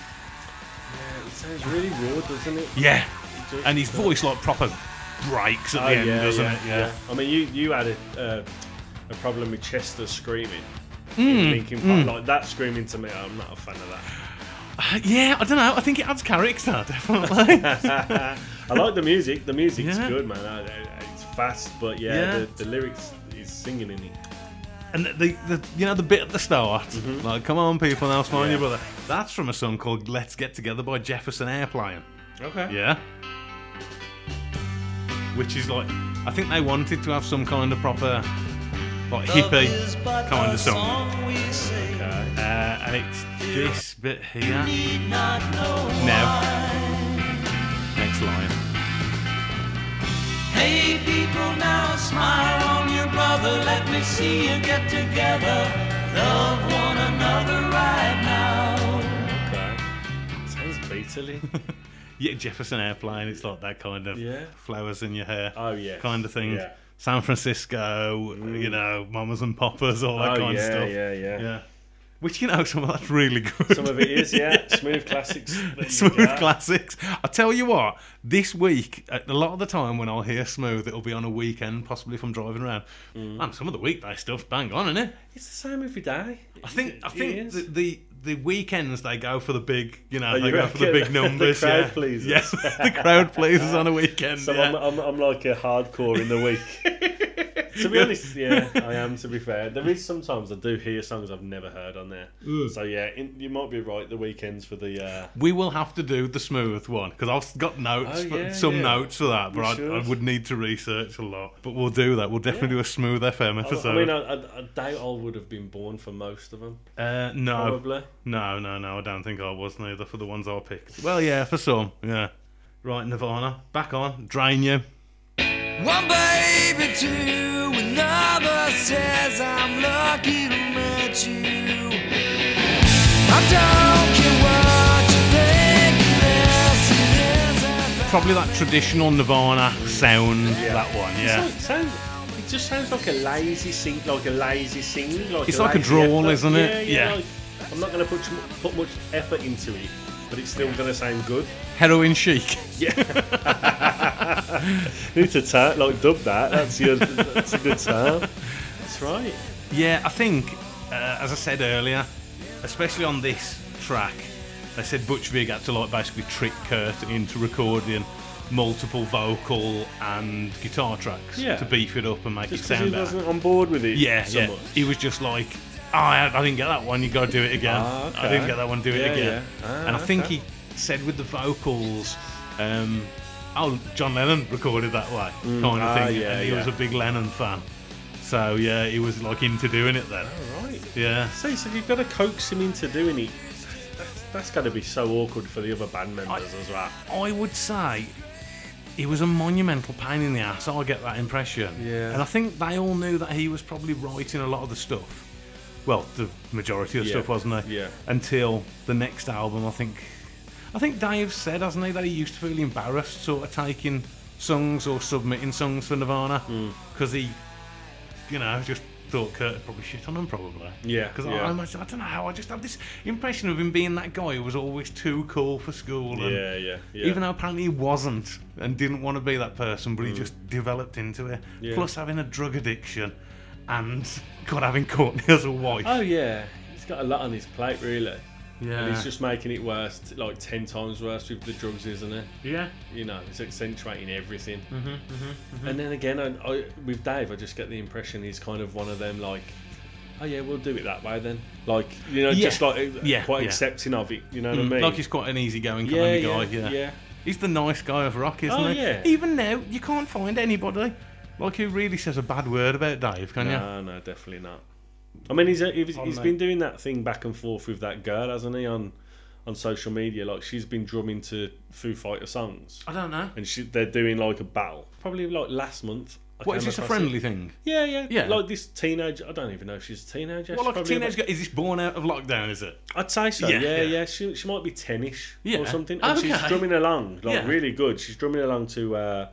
S2: Yeah, it sounds really raw, doesn't it?
S1: Yeah,
S2: It does.
S1: and his voice like proper breaks at
S2: Oh,
S1: the end, doesn't it? Yeah.
S2: I mean, you you had a uh, a problem with Chester screaming. in
S1: Hmm.
S2: Linkin Park. Like that screaming to me, I'm not a fan of that.
S1: Uh, Yeah, I don't know. I think it adds character, definitely.
S2: I like the music. The music's
S1: Yeah.
S2: good, man. I, I, it's fast, but yeah,
S1: Yeah.
S2: The, the lyrics is singing in it.
S1: and the, the you know the bit at the start, like "Come on, people, now smile on
S2: Mm-hmm. Yeah.
S1: your brother." That's from a song called "Let's Get Together" by Jefferson Airplane.
S2: Okay.
S1: Yeah. Which is like, I think they wanted to have some kind of proper, like hippie kind of song,
S2: Okay.
S1: uh, and it's this bit here. Now, next line.
S3: Hey people now smile on your brother let me see you get together love one another right now
S2: Okay. Sounds beatily.
S1: Yeah, Jefferson Airplane. It's like that kind of
S2: Yeah.
S1: flowers in your hair.
S2: Oh, yes.
S1: kind of thing.
S2: Yeah.
S1: San Francisco, you know, mamas and papas, all that
S2: oh
S1: kind
S2: yeah,
S1: of stuff.
S2: yeah, yeah,
S1: Yeah. Which you know, some of that's really good.
S2: Some of it is, yeah. Smooth classics. that you
S1: Smooth
S2: get.
S1: classics. I tell you what, this week, a a lot of the time when I'll hear smooth, it'll be on a weekend, possibly if I'm driving around.
S2: Mm.
S1: And some of the weekday stuff, bang on, isn't it?
S2: It's the same every day.
S1: I think I
S2: It
S1: think
S2: is.
S1: the, the the weekends they go for the big, you know,
S2: Oh,
S1: they
S2: you
S1: go for the
S2: reckon?
S1: big
S2: The
S1: numbers.
S2: crowd
S1: yeah.
S2: pleasers.
S1: Yes, the crowd pleasers on a weekend.
S2: So
S1: yeah.
S2: I'm, I'm, I'm like a hardcore in the week. to be honest, yeah, I am. To be fair, there is sometimes I do hear songs I've never heard on there. So yeah, in, you might be right. The weekends for the uh,
S1: We will have to do the smooth one because I've got notes,
S2: Oh,
S1: for-
S2: yeah,
S1: some
S2: yeah.
S1: notes for that, but I, I
S2: should.
S1: would need to research a lot. But we'll do that. We'll definitely do a smooth FM
S2: I,
S1: episode.
S2: I mean, I, I, I doubt I would have been born for most of them.
S1: uh, no,
S2: Probably.
S1: no, no, no. I don't think I was neither for the ones I picked. Well, yeah, for some, yeah. Right, Nirvana, back on, drain you.
S3: One baby to another says I'm lucky to meet you. I don't care what you think, this is about.
S1: Probably that traditional Nirvana sound. That one, yeah.
S2: It sounds. It just sounds like a lazy sing, like a lazy singing. Like
S1: It's like a
S2: lazy
S1: drawl,
S2: effort.
S1: isn't it?
S2: Yeah, yeah.
S1: Yeah.
S2: like, I'm not going to put mu- put much effort into it, but it's still going to sound good.
S1: Heroin chic.
S2: Need to turn like dub that. That's your. that's a good term. That's right.
S1: Yeah, I think, uh, as I said earlier, especially on this track, they said Butch Vig had to like basically trick Kurt into recording multiple vocal and guitar tracks
S2: Yeah.
S1: to beef it up and make
S2: Just
S1: it
S2: 'cause
S1: sound
S2: he
S1: better.
S2: wasn't on board with it.
S1: Yeah,
S2: so
S1: yeah.
S2: Much.
S1: He was just like, oh, I, I didn't get that one. You got to do it again.
S2: Ah, okay.
S1: I didn't get that one. Do it
S2: Yeah,
S1: again.
S2: yeah. Ah,
S1: and I think
S2: okay.
S1: he said with the vocals, um, oh, John Lennon recorded that way, kind of
S2: Ah,
S1: thing.
S2: yeah,
S1: and he was a
S2: yeah.
S1: big Lennon fan. So yeah, he was like into doing it then.
S2: Right.
S1: Yeah.
S2: So, so you've got to coax him into doing it. That's, that's got to be so awkward for the other band members as well.
S1: I would say he was a monumental pain in the ass. I get that impression.
S2: Yeah.
S1: And I think they all knew that he was probably writing a lot of the stuff. Well, the majority of the
S2: Yeah.
S1: stuff, wasn't it?
S2: Yeah.
S1: Until the next album, I think. I think Dave said, hasn't he, that he used to feel embarrassed sort of taking songs or submitting songs for Nirvana
S2: Hmm.
S1: because he, you know, just thought Kurt had probably shit on him, probably.
S2: Yeah,
S1: Because
S2: yeah.
S1: I, I'm- I don't know how I just have this impression of him being that guy who was always too cool for school. And
S2: Yeah, yeah, yeah.
S1: Um, even though apparently he wasn't and didn't want to be that person, but he just developed into it.
S2: Mm. Yeah.
S1: Plus having a drug addiction and God having Courtney as a wife.
S2: Oh yeah, he's got a lot on his plate really.
S1: yeah.
S2: And he's just making it worse, t- like ten times worse with the drugs, isn't it?
S1: yeah.
S2: You know, it's accentuating everything. Mm-hmm, And then again, I, I, with Dave, I just get the impression he's kind of one of them, like, oh yeah, we'll do it that way then. Like, you know,
S1: Yeah.
S2: just like uh,
S1: Yeah,
S2: quite
S1: yeah.
S2: accepting of it. You know what I mean?
S1: Like he's quite an easygoing kind
S2: yeah,
S1: of guy.
S2: yeah,
S1: Yeah.
S2: yeah.
S1: He's the nice guy of rock, isn't
S2: Oh,
S1: he?
S2: yeah.
S1: Even now, you can't find anybody like who really says a bad word about Dave, can you?
S2: No, no, definitely not. I mean, he's he's,
S1: Oh,
S2: he's
S1: mate.
S2: been doing that thing back and forth with that girl, hasn't he? On on social media, like she's been drumming to Foo Fighter songs,
S1: I don't know.
S2: and she, they're doing like a battle. Probably like last month. I
S1: What is
S2: came
S1: this a
S2: across it.
S1: friendly thing?
S2: Yeah, yeah,
S1: Yeah.
S2: yeah. Like this teenage. I don't even know if she's a teenager.
S1: Well, like
S2: She's
S1: a
S2: probably
S1: teenage
S2: about-
S1: guy. Is this born out of lockdown? Is it?
S2: I'd say so.
S1: Yeah,
S2: Yeah, yeah.
S1: yeah.
S2: She she might be tenish
S1: Yeah. Oh,
S2: or something. And she's
S1: Okay.
S2: drumming along, like
S1: Yeah.
S2: really good. She's drumming along to. uh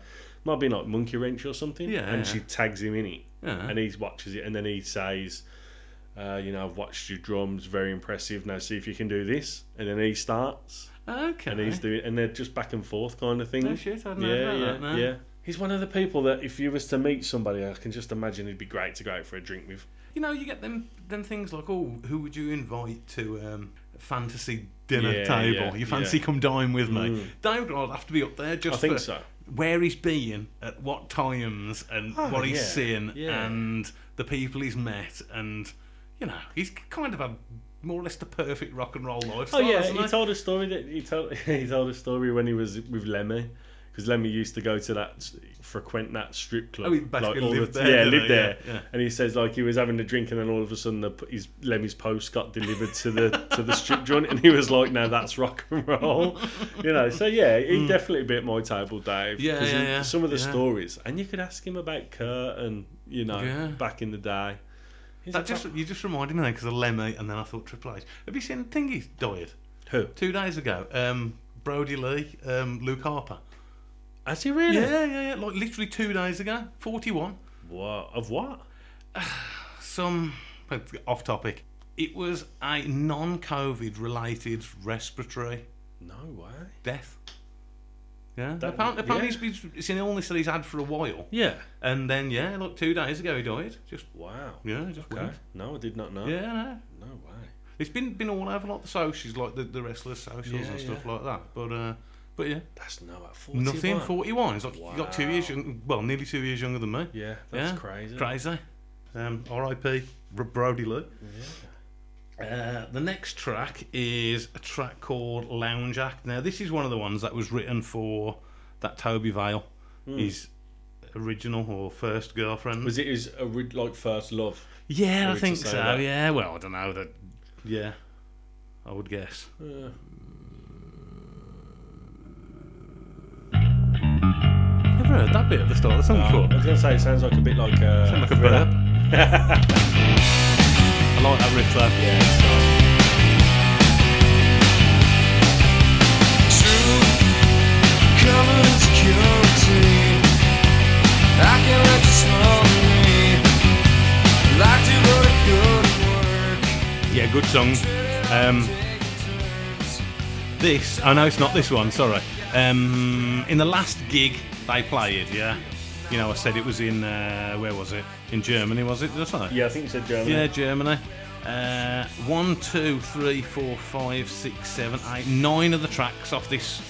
S2: might be like monkey wrench or something,
S1: Yeah,
S2: and
S1: yeah.
S2: she tags him in it,
S1: Yeah.
S2: and he watches it, and then he says, uh, "You know, I've watched your drums, very impressive. Now see if you can do this." And then he starts,
S1: Okay.
S2: and he's doing, and they're just back and forth kind of thing.
S1: No shit, I didn't know
S2: yeah,
S1: about
S2: yeah,
S1: that, no.
S2: yeah. He's one of the people that if you was to meet somebody, I can just imagine he'd be great to go out for a drink with.
S1: You know, you get them them things like, oh, who would you invite to um, a fantasy dinner
S2: Yeah,
S1: table?
S2: yeah,
S1: you fancy
S2: yeah. Mm.
S1: come dine with me? David will have to be up there just
S2: I think
S1: for
S2: so.
S1: where he's been, at what times, and what he's
S2: Oh, yeah,
S1: seen,
S2: yeah.
S1: and the people he's met, and you know, he's kind of a more or less the perfect rock and roll
S2: Oh
S1: lifestyle.
S2: yeah,
S1: hasn't
S2: he
S1: he?
S2: told a story that he told he told a story when he was with Lemmy because Lemmy used to go to that frequent that strip club.
S1: Oh, he basically
S2: all
S1: lived
S2: the-
S1: there,
S2: Yeah,
S1: didn't
S2: lived
S1: he?
S2: there.
S1: Yeah, yeah.
S2: And he says like he was having a drink and then all of a sudden the, his Lemmy's post got delivered to the to the strip joint and he was like, "No, that's rock and roll," you know. So yeah, he definitely bit my table, Dave.
S1: Hmm. Yeah,
S2: 'cause
S1: yeah,
S2: he-
S1: yeah,
S2: Some of the
S1: yeah.
S2: stories, and you could ask him about Kurt and you know
S1: Yeah.
S2: back in the day. He's
S1: That
S2: a
S1: just
S2: top-
S1: you just reminded me then because of Lemmy, and then I thought Triple H. Have you seen Thingy's died
S2: who
S1: two days ago? Um, Brody Lee, um, Luke Harper.
S2: has he really?
S1: Yeah, yeah, yeah. Like literally two days ago, forty-one.
S2: What of what?
S1: Some off topic. It was a non-COVID related respiratory
S2: No way.
S1: death. Yeah.
S2: That-
S1: apparently, apparently
S2: yeah.
S1: it's, been, it's an illness that he's had for a while.
S2: Yeah.
S1: And then yeah, like two days ago he died. Just
S2: Wow.
S1: yeah, just
S2: Okay.
S1: went.
S2: No, I did not know.
S1: Yeah, no.
S2: No way.
S1: It's been been all over like the socials, like the, the restless socials
S2: Yeah,
S1: and stuff
S2: yeah.
S1: like that. But uh, but yeah,
S2: That's no at 41.
S1: nothing. Forty one. It's like you got two years,
S2: Wow.
S1: young, well, nearly two years younger than me.
S2: Yeah, that's crazy.
S1: Crazy. Um, R.I.P. R- Brody Lee. Uh, the next track is a track called Lounge Act. Now, this is one of the ones that was written for that Toby Vale, his original or first girlfriend.
S2: Was it his ori- like first love?
S1: Yeah,
S2: Or
S1: I
S2: to
S1: think
S2: say
S1: so.
S2: that.
S1: Yeah, well, I don't know that. Yeah, I would guess. Never heard that bit at the start of the song
S2: Um, I
S1: before.
S2: was gonna say it sounds like a bit like uh, a.
S1: Like a burp. I like that riff though.
S2: Yeah. it's
S1: Yeah, good song. Um, this, I know it's not this one, sorry. Um, in the last gig they played, yeah. You know, I said it was in, uh, where was it? In Germany, was it? Did I say?
S2: not- Yeah, I think you said German.
S1: Yeah, Germany. Uh, one, two, three, four, five, six, seven, eight, nine of the tracks off this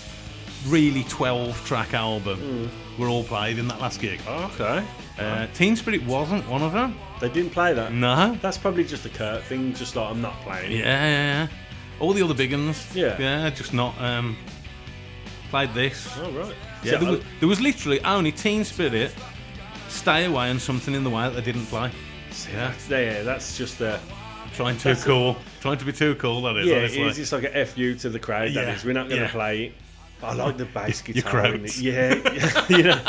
S1: really 12 track album were all played in that last gig.
S2: Okay.
S1: Uh, Teen Spirit wasn't one of them.
S2: They didn't play that.
S1: No.
S2: That's probably just a Kurt thing. Just like I'm not playing.
S1: Yeah,
S2: it.
S1: yeah, yeah. All the other big ones.
S2: Yeah.
S1: Yeah, just not um, played this.
S2: Oh right.
S1: So there, was, there was literally only Teen Spirit, Stay Away, and something in the way that they didn't play.
S2: yeah. That's, yeah. That's just a.
S1: Trying too
S2: That's a-
S1: cool. Trying to be too cool, that is.
S2: Yeah,
S1: honestly.
S2: it's just like a fu to the crowd.
S1: Yeah,
S2: That is, we're not gonna
S1: yeah.
S2: play it. I like the bass
S1: Your
S2: guitar. in
S1: crowds.
S2: it. Yeah, you know,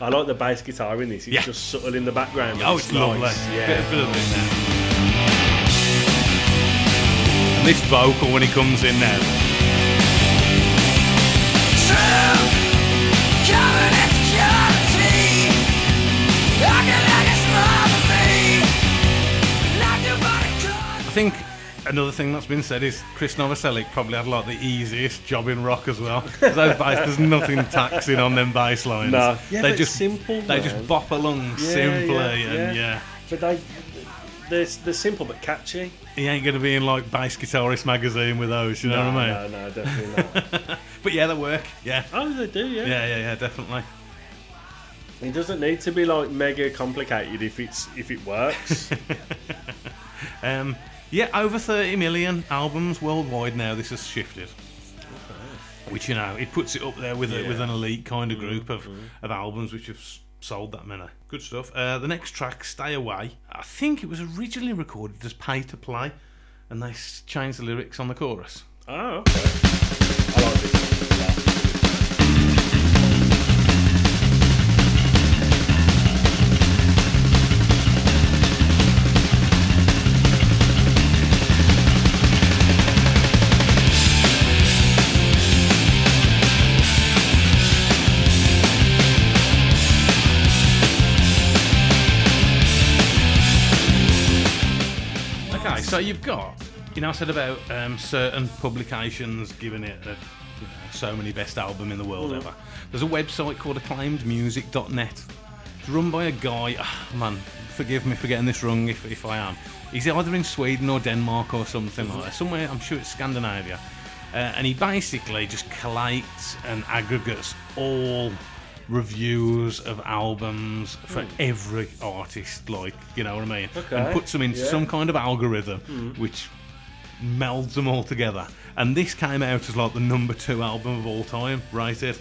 S2: I like the bass guitar in this. It's
S1: Yeah.
S2: just subtle in the background.
S1: Oh, it's lovely.
S2: nice.
S1: Bit
S2: Yeah,
S1: of- bit of it now. And this vocal when he comes in now. I think another thing that's been said is Chris Novoselic probably had like the easiest job in rock as well. 'Cause Those bass, there's nothing taxing on them bass lines.
S2: No. Yeah,
S1: they
S2: but
S1: just
S2: simple,
S1: They
S2: man.
S1: just bop along
S2: Yeah,
S1: simply,
S2: yeah,
S1: and yeah.
S2: yeah. But they, they're, they're simple but catchy.
S1: he ain't gonna be in like bass guitarist magazine with those. You know
S2: no,
S1: what I mean?
S2: no, no, definitely not.
S1: But yeah, they work. Yeah,
S2: oh, they do, yeah.
S1: yeah, yeah, yeah, definitely.
S2: It doesn't need to be like mega complicated if it's if it works.
S1: Um, yeah, over 30 million albums worldwide now. This has shifted, which you know it puts it up there with a, with an elite kind of group of, of albums which have s- sold that many. Good stuff. Uh, the next track, "Stay Away," I think it was originally recorded as "Pay to Play," and they s- changed the lyrics on the chorus.
S2: oh, okay. I like this.
S1: Okay, so you've got, you know, I said about um, certain publications giving it a so many best album in the world ever. There's a website called acclaimedmusic.net. It's run by a guy. ah, man, forgive me for getting this wrong if, if I am. He's either in Sweden or Denmark or something like that. Somewhere, I'm sure it's Scandinavia. Uh, and he basically just collates and aggregates all reviews of albums for every artist, like, you know what I mean?
S2: Okay,
S1: And puts them into
S2: yeah. Hmm.
S1: some kind of algorithm which melds them all together. And this came out as like the number two album of all time, rated.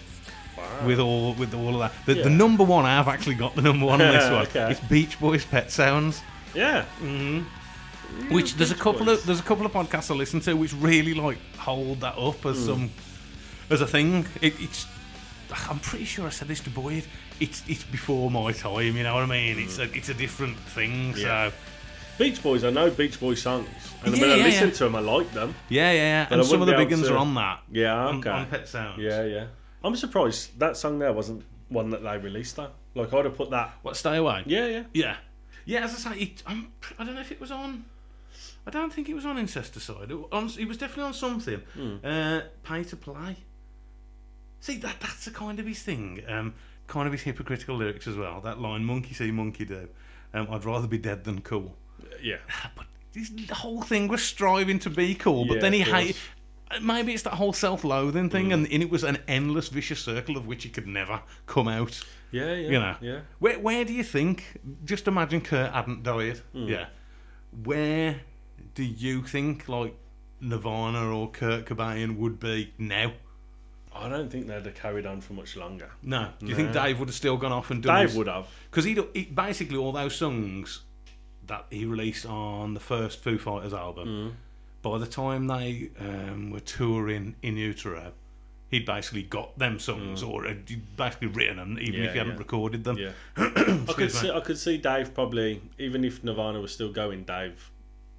S1: With all with all of that. The, the
S2: Yeah.
S1: number one I have actually got the number one on this one.
S2: Okay.
S1: It's Beach Boys Pet Sounds.
S2: Yeah.
S1: Mm. Which there's a couple
S2: Boys.
S1: of there's a couple of podcasts I listen to which really like hold that up
S2: Hmm.
S1: as some as a thing. It, it's I'm pretty sure I said this to Boyd. It's it's before my time, you know what I mean? It's a it's a different thing.
S2: Hmm. Yeah.
S1: So
S2: Beach Boys, I know Beach Boys songs. And
S1: Yeah,
S2: when I
S1: yeah,
S2: listen
S1: yeah.
S2: to them, I like them.
S1: yeah, yeah, yeah.
S2: I
S1: And some of
S2: wouldn't
S1: the
S2: be
S1: big
S2: able
S1: ones
S2: to-
S1: are on that.
S2: Yeah,
S1: on-
S2: okay.
S1: On, Pet Sounds.
S2: Yeah, yeah. I'm surprised that song there wasn't one that they released though. Like I'd have put that.
S1: What Stay Away?
S2: Yeah, yeah.
S1: Yeah. Yeah, as I say, it, I'm, pr- I don't know if it was on. I don't think it was on Incesticide. It, wa- on, it was definitely on something.
S2: Hmm.
S1: Uh, pay to play. See, that that's a kind of his thing. Um, kind of his hypocritical lyrics as well. That line, monkey see, monkey do. Um, I'd rather be dead than cool.
S2: Yeah.
S1: But this whole thing was striving to be cool, but
S2: Yeah,
S1: then he
S2: of course. Mm.
S1: hated. Maybe it's that whole self-loathing thing, and, and it was an endless vicious circle of which he could never come out.
S2: Yeah, yeah.
S1: You know,
S2: Yeah.
S1: Where where do you think? Just imagine Kurt hadn't died.
S2: Mm.
S1: Yeah. Where do you think like Nirvana or Kurt Cobain would be now?
S2: I don't think they'd have carried on for much longer.
S1: No. Do you think Dave would have still gone off and done?
S2: Dave would have.
S1: because he, he basically all those songs that he released on the first Foo Fighters
S2: Mm.
S1: album. By the time they um, were touring in utero, he'd basically got them songs or he'd basically written them, even
S2: Mm. Yeah,
S1: if he hadn't
S2: yeah.
S1: recorded them.
S2: Yeah. I could
S1: Excuse me.
S2: see. I could see Dave probably even if Nirvana was still going, Dave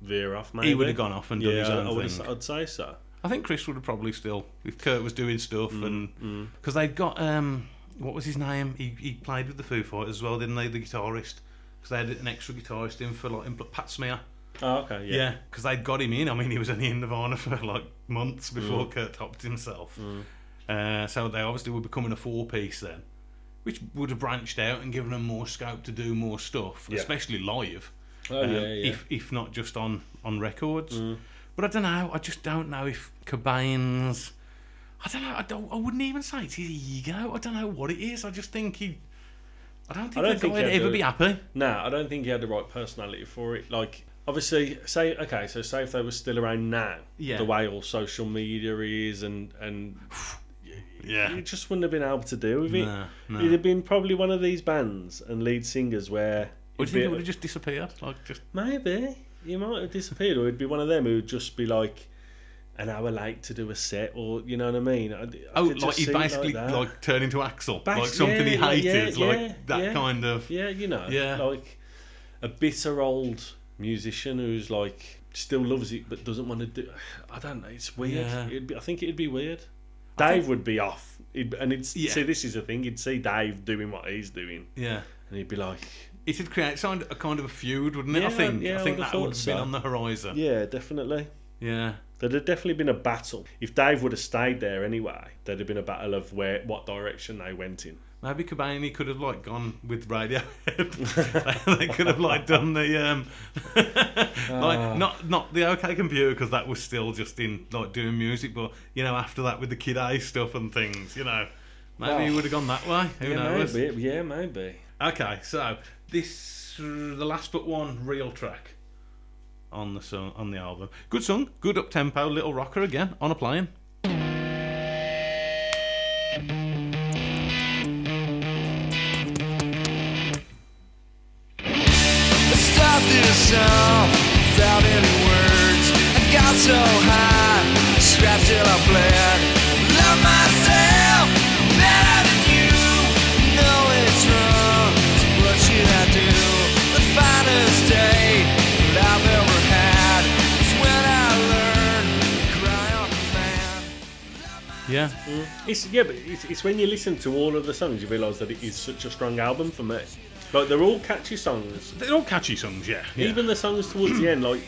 S2: veer off. Maybe
S1: would have gone off and done
S2: yeah,
S1: his own
S2: I would
S1: thing.
S2: Have, I'd say so.
S1: I think Chris would have probably still, if Kurt was doing stuff,
S2: Mm,
S1: and because they'd got um, what was his name? He, he played with the Foo Fighters as well, didn't they? The guitarist, because they had an extra guitarist in for like in Pat Smear.
S2: Oh, okay. Yeah.
S1: Yeah, because they'd got him in. I mean, he was only in Nirvana for like
S2: Mm.
S1: months before Kurt topped himself. Uh, so they obviously were becoming a four piece then, which would have branched out and given them more scope to do more stuff, especially live.
S2: Oh,
S1: um,
S2: yeah, Mm. yeah.
S1: If if not just on on records. But I don't know. I just don't know if Cobain's. I don't know. I don't. I wouldn't even say it's his ego. I don't know what it is. I just think he. I don't think
S2: don't
S1: that
S2: think
S1: guy would
S2: he'd
S1: ever
S2: do
S1: be
S2: it.
S1: happy.
S2: No, I don't think he had the right personality for it. Like, obviously, say okay, so say if they were still around now,
S1: Yeah.
S2: the way all social media is, and and
S1: Yeah.
S2: you just wouldn't have been able to deal with it.
S1: No, no.
S2: It'd have been probably one of these bands and lead singers where
S1: Would
S2: it'd
S1: you think
S2: be-
S1: it would have just disappeared? Like just.
S2: maybe you might have disappeared, or it'd be one of them who'd just be like. An hour late to do a set, or you know what I mean? I, I
S1: Oh,
S2: could
S1: like
S2: just
S1: he
S2: see it
S1: basically
S2: that.
S1: like, turned into Axel,
S2: Bas-
S1: like something he
S2: yeah, yeah,
S1: hated,
S2: yeah,
S1: like
S2: yeah,
S1: that
S2: yeah.
S1: kind of.
S2: Yeah, you know,
S1: Yeah.
S2: like a bitter old musician who's like still loves it but doesn't want to do. I don't know. It's weird.
S1: Yeah.
S2: It'd be, I think it'd be weird. Dave would be off, he'd, and he'd
S1: Yeah.
S2: see. This is the thing. He'd see Dave doing what he's doing,
S1: Yeah,
S2: and he'd be like,
S1: it'd create sound a kind of a feud, wouldn't it? I
S2: Yeah,
S1: think.
S2: yeah,
S1: I
S2: I
S1: think
S2: would've
S1: that would
S2: thought
S1: have been
S2: so.
S1: on the horizon. Yeah.
S2: "Yeah, definitely." There'd have definitely been a battle. If Dave would have stayed there anyway, there'd have been a battle of where what direction they went in.
S1: maybe Cobain he could have like gone with Radiohead. they, they could have like done the um,
S2: Ah.
S1: like not not the OK Computer because that was still just in like doing music, but you know after that with the Kid A stuff and things, you know. Maybe he
S2: Well,
S1: would have gone that way. Who knows?
S2: maybe. Ah. Yeah, maybe.
S1: Okay, so this uh, the last but one real track on the song on the album. Good song, good up tempo, little rocker again on a plane.
S3: Stop this song without any words. I got so high, strapped till I bled. Love myself better than you. Know it's wrong. So what should I do? The finest day that I've ever had is when I learned to cry on command.
S1: Yeah,
S2: It's yeah, but it's, it's when you listen to all of the songs, you realise that it is such a strong album for me. Like they're all catchy songs,
S1: they're all catchy songs. Yeah, yeah.
S2: even the songs towards the end. Like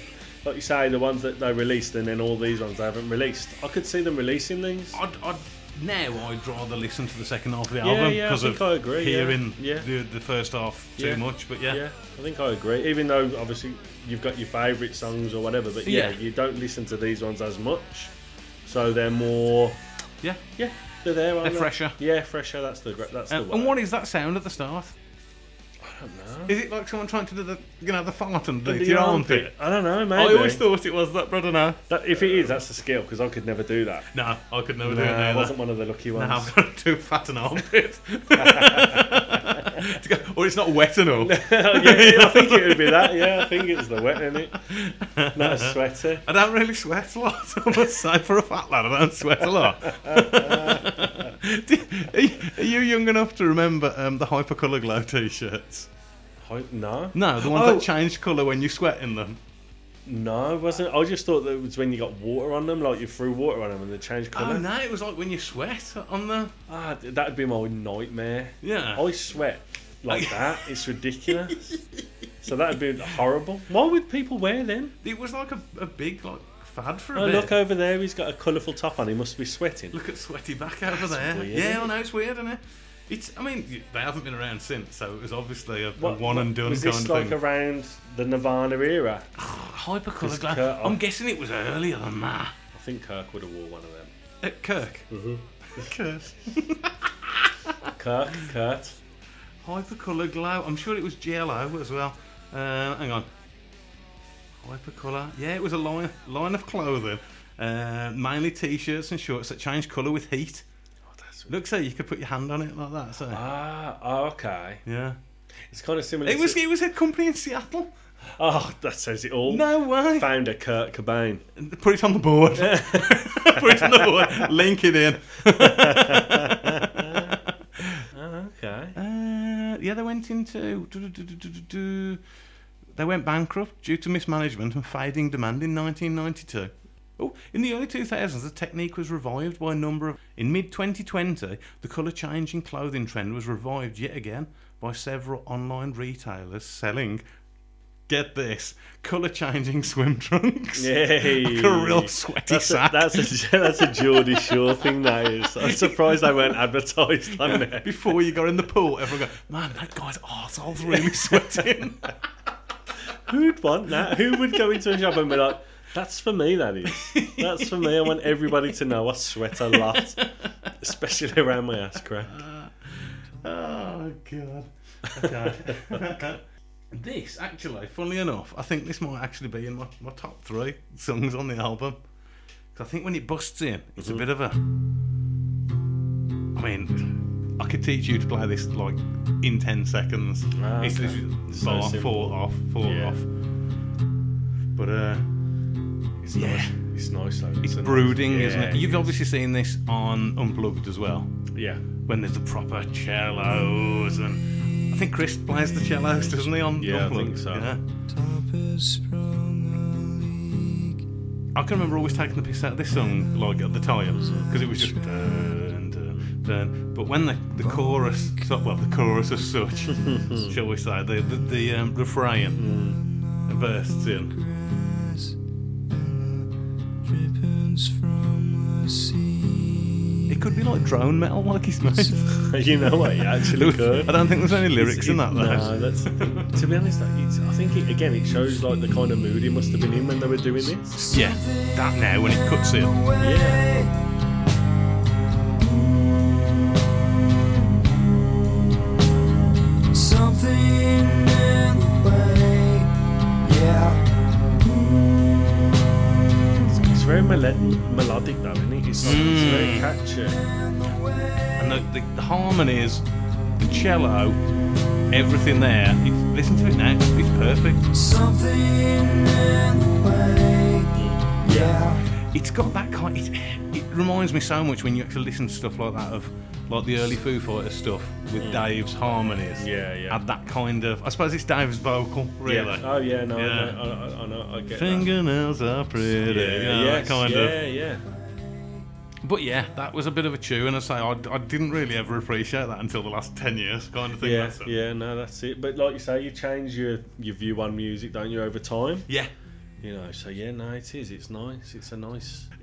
S2: like you say, the ones that they released and then all these ones they haven't released. I could see them releasing these.
S1: I'd, I'd, now I'd rather listen to the second half of the
S2: Yeah,
S1: album
S2: yeah, I
S1: because
S2: think
S1: of
S2: I agree, yeah.
S1: hearing
S2: Yeah.
S1: The, the first half too
S2: Yeah.
S1: much. But yeah. Um,
S2: Yeah, I think I agree. Even though obviously you've got your favourite songs or whatever, but yeah,
S1: Yeah.
S2: you don't listen to these ones as much, so they're more.
S1: Yeah.
S2: Yeah, they're there. Aren't
S1: They're fresher.
S2: Yeah, fresher. That's the gre- that's
S1: Um,
S2: the.
S1: and
S2: word.
S1: what is that sound at the start?
S2: I don't know.
S1: Is it like someone trying to do the you know the fart underneath
S2: The
S1: your
S2: armpit.
S1: armpit?
S2: I don't know,
S1: I
S2: maybe.
S1: always thought it was that, but I don't know.
S2: that, if it is, that's the skill because I could never do that.
S1: No, I could never do
S2: Nah,
S1: it now.
S2: I wasn't one of the lucky ones.
S1: No, I've got too fat an armpit. To go- or it's not wet enough.
S2: yeah, I think it would be that. Yeah, I think it's the wet in it. Not a sweater.
S1: I don't really sweat a lot. I must say, for a fat lad, I don't sweat a lot. Do- are you- are you young enough to remember um, the hypercolour glow t-shirts?
S2: Hi- No,
S1: No, the ones
S2: Oh.
S1: that change colour when you sweat in them.
S2: no, it wasn't. I just thought that it was when you got water on them, like you threw water on them and they changed colour.
S1: Oh no, it was like when you sweat on the.
S2: Ah, th- that'd be my nightmare.
S1: Yeah.
S2: I sweat like that. It's ridiculous. so that'd be horrible. Why would people wear them?
S1: It was like a, a big like fad for a
S2: Oh,
S1: bit.
S2: look over there. He's got a colourful top on. He must be sweating.
S1: Look at sweaty back over there.
S2: weird,
S1: yeah,
S2: isn't
S1: I know it's weird, isn't it? It's. I mean, y- they haven't been around since, so it was obviously a, a one and done
S2: was
S1: kind
S2: this
S1: of
S2: like
S1: thing.
S2: around the Nirvana era?
S1: Hypercolour
S2: Is Kurt
S1: glow.
S2: on?
S1: I'm guessing it was earlier than that.
S2: I think Kirk would have wore one of them.
S1: At Kirk.
S2: Mm-hmm.
S1: Kirk.
S2: Kirk, Kurt.
S1: Hypercolour glow. I'm sure it was GLO as well. Uh, hang on. Hypercolour. Yeah, it was a line line of clothing, uh, mainly t-shirts and shorts that changed colour with heat.
S2: Oh, that's
S1: Looks like you could put your hand on it like that. So
S2: Ah, okay.
S1: yeah.
S2: It's kind of similar.
S1: It was
S2: To...
S1: it was a company in Seattle.
S2: Oh, that says it all.
S1: No way.
S2: Founder Kurt Cobain.
S1: Put it on the board. Put it on the board. Link it in.
S2: Oh, okay.
S1: Uh, yeah, they went into. They went bankrupt due to mismanagement and fading demand in 1992. Oh, in the early 2000s, the technique was revived by a number of. In mid 2020, the colour changing clothing trend was revived yet again by several online retailers selling. Get this, colour changing swim trunks.
S2: Yay.
S1: Like a real sweaty
S2: That's a,
S1: sack.
S2: that's a that's a Geordie Shore thing. That is. I'm surprised they weren't advertised on there.
S1: Before you got in the pool, everyone go, man, that guy's arsehole's really sweating.
S2: Who'd want that? Who would go into a shop and be like, "That's for me. That is. That's for me. I want everybody to know I sweat a lot, especially around my ass crack."
S1: Oh god. Okay. this actually, funnily enough, I think this might actually be in my, my top three songs on the album. Because I think when it busts in, it's
S2: Mm-hmm.
S1: a bit of a. I mean, I could teach you to play this like in ten seconds.
S2: Ah,
S1: it's
S2: okay.
S1: literally
S2: So
S1: bar,
S2: simple.
S1: fall off, fall
S2: Yeah.
S1: off. But uh,
S2: It's
S1: Yeah.
S2: nice. It's nice though.
S1: it's
S2: a nice-
S1: brooding,
S2: Yeah,
S1: isn't it? You've
S2: is.
S1: obviously seen this on Unplugged as well.
S2: Yeah.
S1: when there's the proper cellos and I think Chris plays the cellos, doesn't he? On
S2: Yeah, I
S1: Unplugged?
S2: think so.
S1: Yeah. I can remember always taking the piss out of this song like at the time because it was
S2: Mm.
S1: just dun, dun, dun. but when the, the chorus so- well the chorus as such shall we say the the, the um, refrain
S2: Mm.
S1: bursts in it could be like drone metal like he's made
S2: You know what? You actually could.
S1: I don't think there's any lyrics
S2: It's-
S1: in that
S2: it-
S1: though
S2: No, that's to be honest. like, It's, I think it, again it shows like the kind of mood he must have been in when they were doing this.
S1: Yeah, that now when it cuts in.
S2: Yeah.
S3: Something in the way, yeah.
S2: It's very mel- melodic though, isn't it? It's, it's very
S1: Mm.
S2: catchy.
S1: And the, the, the harmonies, the cello, everything there. It's, listen to it now, it's perfect.
S3: Something in the way, yeah.
S1: It's got that kind. It, it reminds me so much when you actually listen to stuff like that of like the early Foo Fighters stuff with Dave's harmonies.
S2: Mm. Yeah, yeah.
S1: Had that kind of. I suppose it's Dave's vocal, really.
S2: Yeah. Oh yeah, no,
S1: Yeah.
S2: I, know, I, I, I know, I get
S1: Fingernails are
S2: that.
S1: pretty.
S2: Yeah,
S1: you know, that
S2: yes,
S1: kind
S2: yeah,
S1: of.
S2: yeah.
S1: But yeah, that was a bit of a chew, and I say I, I didn't really ever appreciate that until the last ten years, kind of thing.
S2: Yeah,
S1: that's it.
S2: yeah, no, that's it. But like you say, you change your, your view on music, don't you, over time?
S1: yeah,
S2: You know, so yeah, no, it is. It's nice. It's a nice.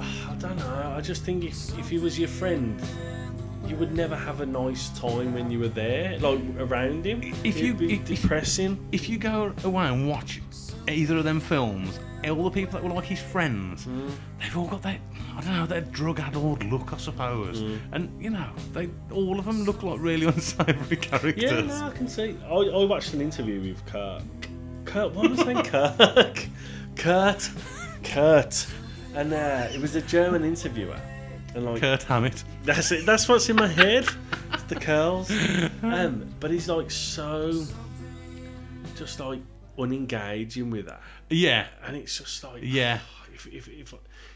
S2: I don't know. I just think if, if he was your friend, you would never have a nice time when you were there, like around him.
S1: If
S2: It'd
S1: you-
S2: be
S1: if- if-
S2: depressing,
S1: If you go away and watch either of them films, all the people that were like his friends,
S2: Mm.
S1: they've all got that I don't know their drug-addled look, I suppose.
S2: Mm.
S1: And you know, they all of them look like really unsavoury characters.
S2: yeah, no, I can see. I, I watched an interview with Kurt. Kurt, what was I saying? Kirk, Kurt, Kurt, and uh, it was a German interviewer, and like
S1: Kurt Hammett.
S2: That's it. That's what's in my head. It's the curls. Um, but he's like so, just like unengaging with her,
S1: Yeah,
S2: and it's just like
S1: Yeah.
S2: If if if,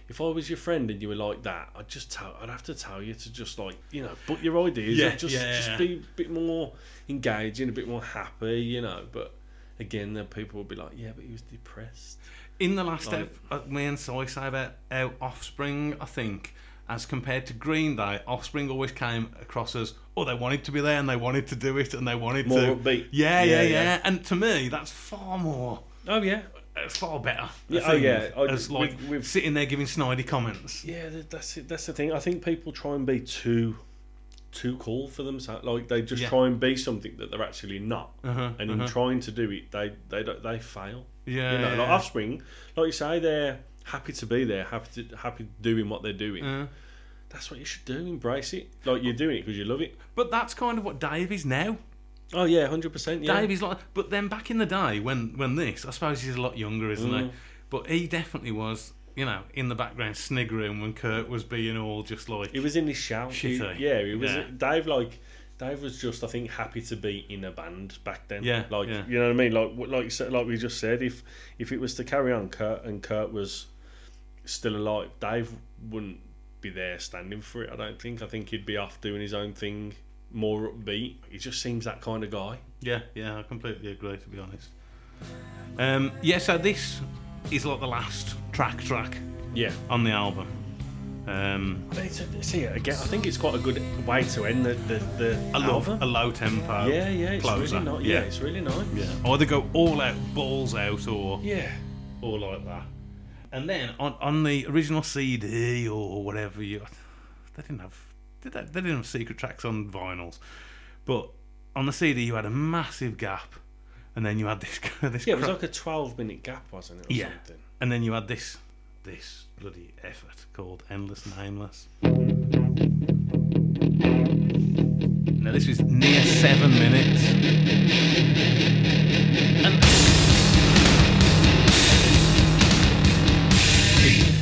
S2: if I was your friend and you were like that, I'd just tell. I'd have to tell you to just like you know, put your ideas.
S1: Yeah,
S2: up, just
S1: yeah,
S2: just
S1: yeah.
S2: be a bit more engaging, a bit more happy. You know, but. Again, then people will be like, "Yeah, but he was depressed."
S1: in the last
S2: Like-
S1: ep, uh, me and Soy say about our Offspring, I think, as compared to Green Day, Offspring always came across as, oh, they wanted to be there and they wanted to do it and they wanted
S2: More
S1: to.
S2: upbeat.
S1: Yeah, yeah,
S2: Yeah,
S1: yeah,
S2: yeah.
S1: And to me, that's far more,
S2: Oh yeah,
S1: uh, far better.
S2: Yeah,
S1: I
S2: oh,
S1: think,
S2: yeah. I-
S1: as like
S2: with- with-
S1: sitting there giving snidey comments.
S2: Yeah, th- that's it. That's the thing. I think people try and be too, too cool for themselves. Like they just
S1: Yeah.
S2: try and be something that they're actually not.
S1: Uh-huh,
S2: and in trying to do it, they they don't, they fail.
S1: Yeah,
S2: you know,
S1: yeah,
S2: like
S1: yeah.
S2: offspring, like you say, they're happy to be there, happy to happy doing what they're doing. That's what you should do. Embrace it. Like you're doing it because you love it.
S1: But that's kind of what Dave is now.
S2: Oh yeah, hundred percent. Yeah.
S1: Dave is like, but then back in the day when when this, I suppose he's a lot younger, isn't
S2: Mm.
S1: he? But he definitely was, you know, in the background sniggering when Kurt was being all just like,
S2: He was in his shell. He-
S1: Shitty.
S2: yeah, he was.
S1: Yeah.
S2: Dave like Dave was just I think happy to be in a band back then.
S1: Yeah,
S2: like
S1: yeah.
S2: you know what I mean. Like wh- like you said, like we just said, if if it was to carry on, Kurt and Kurt was still alive, Dave wouldn't be there standing for it. I don't think. I think he'd be off doing his own thing, more upbeat. He just seems that kind of guy.
S1: Yeah, yeah, I completely agree. To be honest, um, yeah. So this is like the last track track
S2: Yeah.
S1: on the album. Um,
S2: It's a, see again. I think it's quite a good way to end the the, the
S1: a low,
S2: album.
S1: a low tempo.
S2: yeah, yeah, it's
S1: closer.
S2: really nice. Yeah. it's really nice.
S1: yeah. Either go all out, balls out, or
S2: yeah.
S1: or like that. And then on on the original CD or whatever you, they didn't have did they, they didn't have secret tracks on vinyls, but on the CD you had a massive gap, and then you had this this
S2: Yeah, it was
S1: cra-
S2: like a 12 minute gap, wasn't it? Or
S1: Yeah.
S2: Something.
S1: And then you had this this bloody effort called Endless Nameless. Now this is near seven minutes. And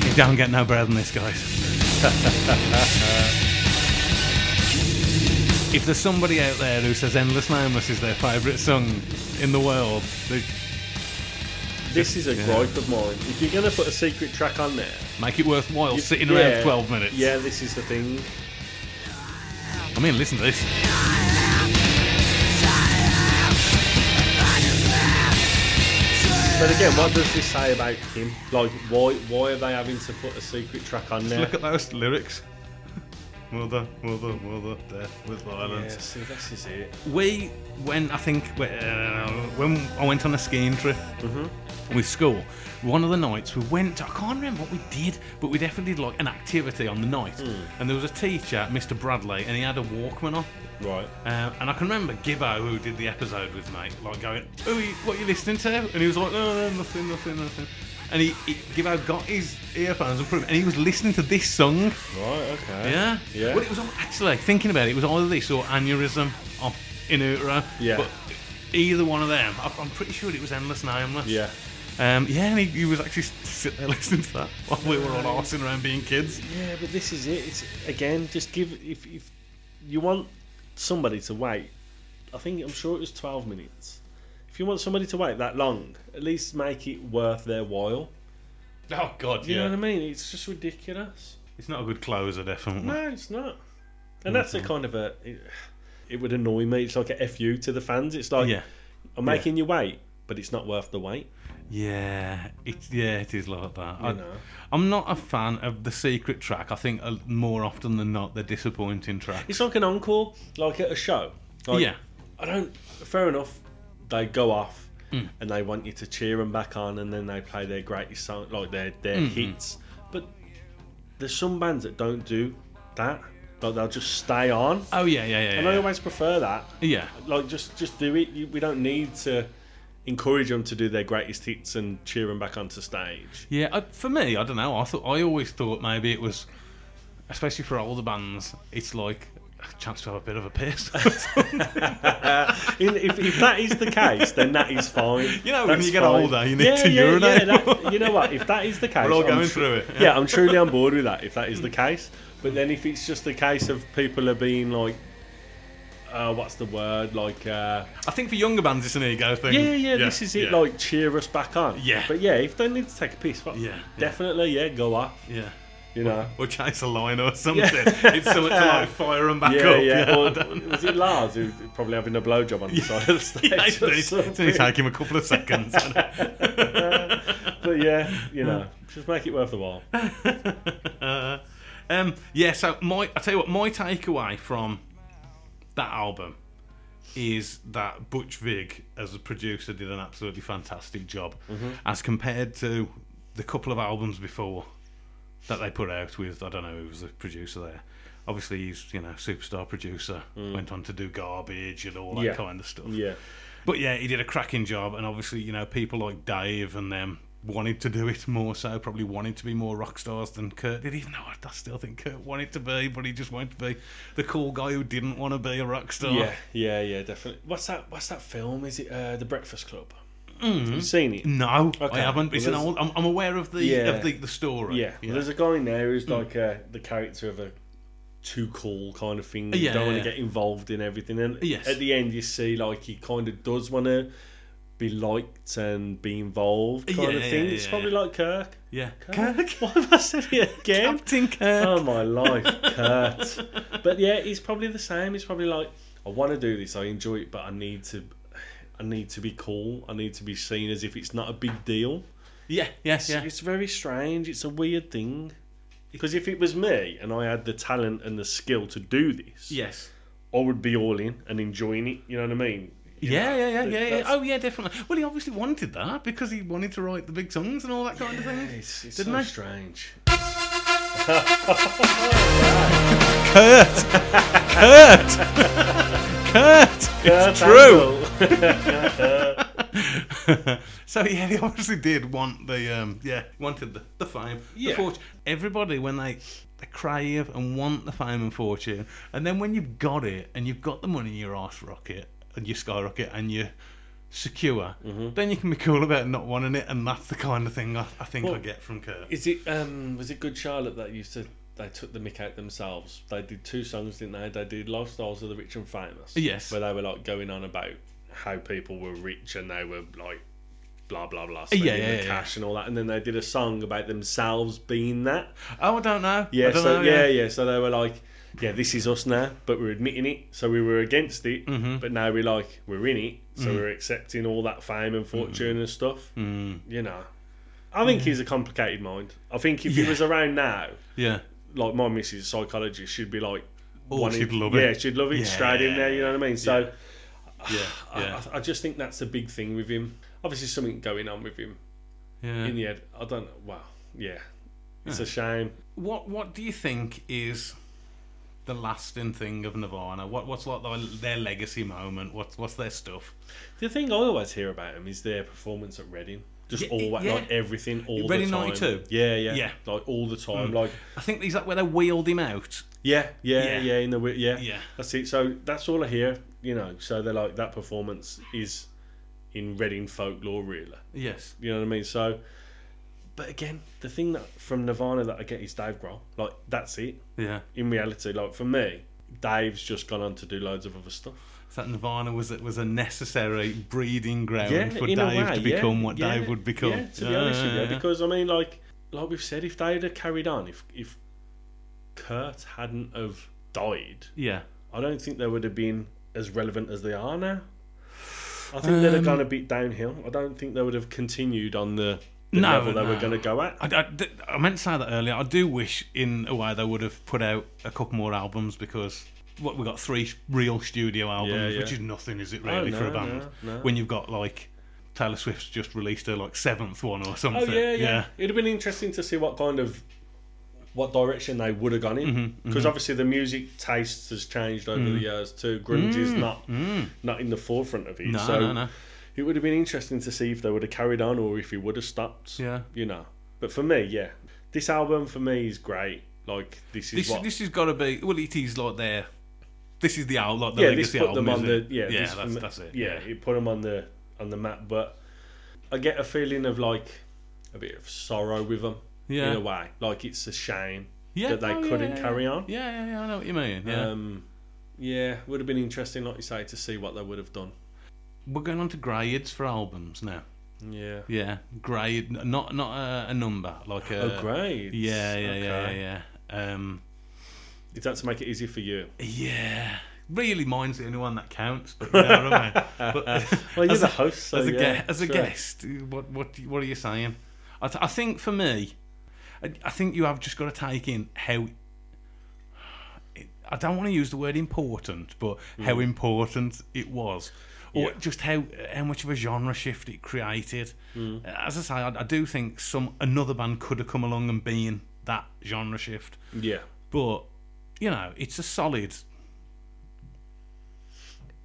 S1: you don't get no better than this, guys. if there's somebody out there who says Endless Nameless is their favourite song in the world, they
S2: This is a
S1: Yeah.
S2: gripe of mine. If you're going to put a secret track on there,
S1: Make it worthwhile
S2: you-
S1: sitting
S2: yeah,
S1: around 12 minutes.
S2: Yeah, this is the thing.
S1: I mean, listen to this.
S2: But again, what does this say about him? Like, why why are they having to put a secret track on there?
S1: Look at those lyrics. Mother, mother, mother, death with
S2: yeah,
S1: violence.
S2: see, this is it.
S1: We, when I think, uh, when I went on a skiing trip
S2: Mm-hmm.
S1: with school, one of the nights we went, I can't remember what we did, but we definitely did like an activity on the night.
S2: Mm.
S1: And there was a teacher, Mr. Bradley, and he had a Walkman on.
S2: Right.
S1: Um, and I can remember Gibbo, who did the episode with me, like going, "Who are you- what are you listening to? And he was like, no, no, nothing, nothing, nothing. And he, he Gibbo got his earphones and put 'em- and he was listening to this song.
S2: Right, okay.
S1: Yeah?
S2: Yeah.
S1: Well, it was on- actually, thinking about it, it was either this or Aneurysm off In Utero.
S2: Yeah.
S1: But either one of them, I- I'm pretty sure it was Endless Nameless.
S2: Yeah.
S1: Um, yeah, and he, he was actually s- sitting there listening to that while we were all arsing around being kids.
S2: Yeah, but this is it. It's again, just give if if you want somebody to wait. I think I'm sure it was 12 minutes. If you want somebody to wait that long, at least make it worth their while.
S1: Oh, God,
S2: You
S1: yeah.
S2: know what I mean? It's just ridiculous.
S1: It's not a good closer, definitely.
S2: No, it's not. And that's a kind of a. It, it would annoy me. It's like a fu to the fans. It's like
S1: Yeah.
S2: I'm making you wait, but it's not worth the wait.
S1: Yeah, it's yeah, it is like that. I,
S2: know.
S1: I'm not a fan of the secret track. I think uh, more often than not, they're disappointing tracks.
S2: It's like an encore, like at a show. Like,
S1: yeah,
S2: I don't. Fair enough. They go off.
S1: Mm.
S2: and they want you to cheer them back on, and then they play their greatest song, like their their
S1: Mm-hmm.
S2: hits. But there's some bands that don't do that. Like they'll just stay on,
S1: Oh yeah, yeah, yeah.
S2: and I
S1: yeah.
S2: always prefer that.
S1: Yeah.
S2: Like just just do it. You- We don't need to encourage them to do their greatest hits and cheer them back onto stage.
S1: Yeah, I, for me, I don't know. I thought I always thought maybe it was, especially for older bands, it's like a chance to have a bit of a piss.
S2: Uh, In- if, if that is the case, then that is fine.
S1: You know, when
S2: That's
S1: you get
S2: fine.
S1: older, you need
S2: yeah,
S1: to
S2: yeah,
S1: urinate
S2: Yeah, that, you know what? If that is the case,
S1: We're all
S2: I'm
S1: going
S2: tru-
S1: through it. Mm.
S2: Yeah, I'm truly on board with that. If that is the case, but then if it's just a case of people are being like, uh, what's the word? Like, uh,
S1: I think for younger bands, it's an ego thing.
S2: yeah, yeah, this is it.
S1: yeah.
S2: Like, cheer us back on.
S1: Yeah.
S2: But yeah, if they need to take a piss, fuck,
S1: Yeah, yeah.
S2: definitely, yeah, go off.
S1: yeah.
S2: You know.
S1: Or chase a line or something. it's something to like fire them back
S2: Yeah,
S1: up.
S2: yeah.
S1: I
S2: Or,
S1: don't know.
S2: was it Lars who probably having a blowjob on the side of the stage?
S1: Yeah,
S2: or
S1: it's only- it's
S2: something?
S1: only take him a couple of seconds.
S2: But yeah, you know, just make it worth the while.
S1: um, yeah, so my I tell you what, my takeaway from that album is that Butch Vig as a producer did an absolutely fantastic job as compared to the couple of albums before that they put out with I don't know who was the producer there. Obviously he's, you know, superstar producer, went on to do garbage and all that
S2: Yeah.
S1: kind of stuff.
S2: Yeah.
S1: But yeah, he did a cracking job, and obviously, you know, people like Dave and them wanted to do it more so, probably wanted to be more rock stars than Kurt did, even though I I still think Kurt wanted to be, but he just wanted to be the cool guy who didn't want to be a rock star.
S2: Yeah, yeah, yeah, definitely. What's that? What's that film? Is it uh, The Breakfast Club? Have you seen it?
S1: Mm-hmm. No, I
S2: Okay.
S1: haven't. It's an
S2: Well,
S1: old, I'm, I'm aware of the
S2: Yeah.
S1: of the, the story.
S2: Yeah. Well, there's a guy in there
S1: Mm.
S2: who's like uh, the character of a too cool kind of thing. You
S1: Yeah,
S2: don't want
S1: yeah.
S2: to get involved in everything. And
S1: Yes.
S2: at the end, you see like he kind of does want to be liked and be involved kind
S1: Yeah,
S2: of
S1: yeah,
S2: thing.
S1: yeah,
S2: it's
S1: yeah,
S2: probably
S1: yeah.
S2: like Kirk.
S1: yeah.
S2: Kirk? Why have I said it again?
S1: Captain Kirk.
S2: Oh my life, Kurt. But yeah, he's probably the same. He's probably like, I want to do this, I enjoy it, but I need to, I need to be cool. I need to be seen as if it's not a big deal.
S1: yeah, yeah,
S2: It's,
S1: yeah.
S2: it's very strange. It's a weird thing. Because if it was me and I had the talent and the skill to do this,
S1: Yes.
S2: I would be all in and enjoying it. You know what I mean?
S1: Yeah, yeah, yeah,
S2: that-
S1: yeah, yeah.
S2: that's-
S1: Oh, yeah, definitely. Well, he obviously wanted that because he wanted to write the big songs and all that kind of thing.
S2: It's, it's
S1: Didn't
S2: so
S1: I?
S2: strange.
S1: Kurt,
S2: Kurt
S1: it's true.
S2: Angle.
S1: so yeah, he obviously did want the um, yeah wanted the, the fame,
S2: Yeah.
S1: the fortune. Everybody when they they crave and want the fame and fortune, and then when you've got it and you've got the money in your arse rocket and your skyrocket and you secure,
S2: Mm-hmm.
S1: then you can be cool about not wanting it, and that's the kind of thing I, I think I
S2: Well,
S1: get from Kurt.
S2: Is it um was it Good Charlotte that used to they took the mick out themselves? They did two songs, didn't they? They did Lifestyles of the Rich and Famous.
S1: Yes.
S2: Where they were like going on about how people were rich and they were like blah blah blah
S1: Yeah,
S2: spending
S1: yeah,
S2: the
S1: yeah,
S2: cash and all that and then they did a song about themselves being that.
S1: Oh, I don't know. I
S2: Yeah,
S1: don't
S2: so
S1: know,
S2: yeah, yeah, so they were like yeah, this is us now, but we're admitting it. So we were against it,
S1: Mm-hmm.
S2: but now we're like we're in it, so
S1: Mm.
S2: we're accepting all that fame and fortune and stuff.
S1: Mm.
S2: You know, I think he's a complicated mind. I think if he
S1: Yeah.
S2: was around now,
S1: yeah.
S2: like my missus is a psychologist, she'd be like,
S1: Oh,
S2: wanting-
S1: she'd love
S2: yeah,
S1: it.
S2: she'd love it
S1: Yeah.
S2: straight in there. You know what I mean? So
S1: Yeah,
S2: I-
S1: yeah,
S2: I, I just think that's a big thing with him. Obviously, something going on with him
S1: yeah.
S2: in the head. I don't. know. Wow. Yeah, it's a shame.
S1: What What do you think is the lasting thing of Nirvana? What What's like their, their legacy moment? What's What's their stuff?
S2: The thing I always hear about him is their performance at Reading. Just
S1: Yeah,
S2: all that,
S1: yeah.
S2: like everything, all
S1: Reading
S2: the time.
S1: 92?
S2: Yeah, yeah,
S1: Yeah. Hmm.
S2: Like all the time, like
S1: I think is that where they wheeled him out.
S2: yeah, yeah, yeah,
S1: Yeah.
S2: in the wi- yeah,
S1: Yeah.
S2: That's it. So that's all I hear, you know. So they're like that performance is in Reading folklore, really.
S1: Yes.
S2: You know what I mean? So, but again, the thing that from Nirvana that I get is Dave Grohl. Like that's it.
S1: Yeah.
S2: In reality, like for me, Dave's just gone on to do loads of other stuff.
S1: So that Nirvana was was a necessary breeding ground for
S2: in a
S1: Dave
S2: way,
S1: to
S2: yeah,
S1: become what
S2: yeah,
S1: Dave would become. Uh,
S2: Yeah, to be
S1: Yeah,
S2: honest with
S1: yeah,
S2: you,
S1: yeah.
S2: because I mean, like, like we've said, if they'd have carried on, if if Kurt hadn't have died,
S1: yeah.
S2: I don't think they would have been as relevant as they are now. I think they'd
S1: Um,
S2: have gone a bit downhill. I don't think they would have continued on the, the
S1: No,
S2: level they were
S1: no.
S2: going to go at.
S1: I, I- th- I meant to say that earlier. I do wish, in a way, they would have put out a couple more albums because what we got three real studio albums,
S2: Yeah, yeah.
S1: which is nothing, is it really,
S2: Oh,
S1: for a
S2: no,
S1: band?
S2: no, no.
S1: When you've got like Taylor Swift's just released her like seventh one or
S2: Oh
S1: something.
S2: yeah, yeah, It'd have been interesting to see what kind of what direction they would have gone
S1: Mm-hmm,
S2: in, because obviously the music taste has changed over
S1: Mm.
S2: the years too. Grunge is not not in the forefront of it.
S1: No,
S2: so
S1: no, no.
S2: It would have been interesting to see if they would have carried on or if he would have stopped.
S1: Yeah.
S2: you know. But for me, yeah, this album for me is great. Like this is
S1: This
S2: what
S1: this has got to be well. It is like their. This is the album. Like the
S2: yeah, this
S1: legacy
S2: put
S1: album,
S2: them on
S1: isn't
S2: the
S1: it?
S2: yeah,
S1: yeah.
S2: this-
S1: That's, that's it.
S2: Yeah, it put them on the on the map. But I get a feeling of like a bit of sorrow with them
S1: Yeah.
S2: in a way. Like it's a shame
S1: Yeah,
S2: that they
S1: oh, yeah,
S2: couldn't
S1: yeah,
S2: carry on.
S1: Yeah, yeah, yeah. I know what you mean. Yeah.
S2: Um, yeah, would have been interesting, like you say, to see what they would have done.
S1: We're going on to grades for albums now.
S2: Yeah.
S1: Yeah, grade, not not a, a number like a
S2: oh, great.
S1: Yeah, yeah, yeah,
S2: Okay.
S1: yeah, yeah. Um,
S2: Is that to make it easy for you?
S1: yeah. Really, mine's the only one that counts. But, you know what I mean? But-
S2: Well, you're
S1: as
S2: the host, so
S1: as a,
S2: yeah,
S1: gue- as a
S2: sure.
S1: guest, what what what are you saying? I, th- I think for me, I, I think you have just got to take in how. It, I don't want to use the word important, but how important it was, or
S2: Mm. Yeah.
S1: just how how much of a genre shift it created.
S2: Mm.
S1: As I say, I, I do think some another band could have come along and been that genre shift,
S2: Yeah.
S1: but you know, it's a solid.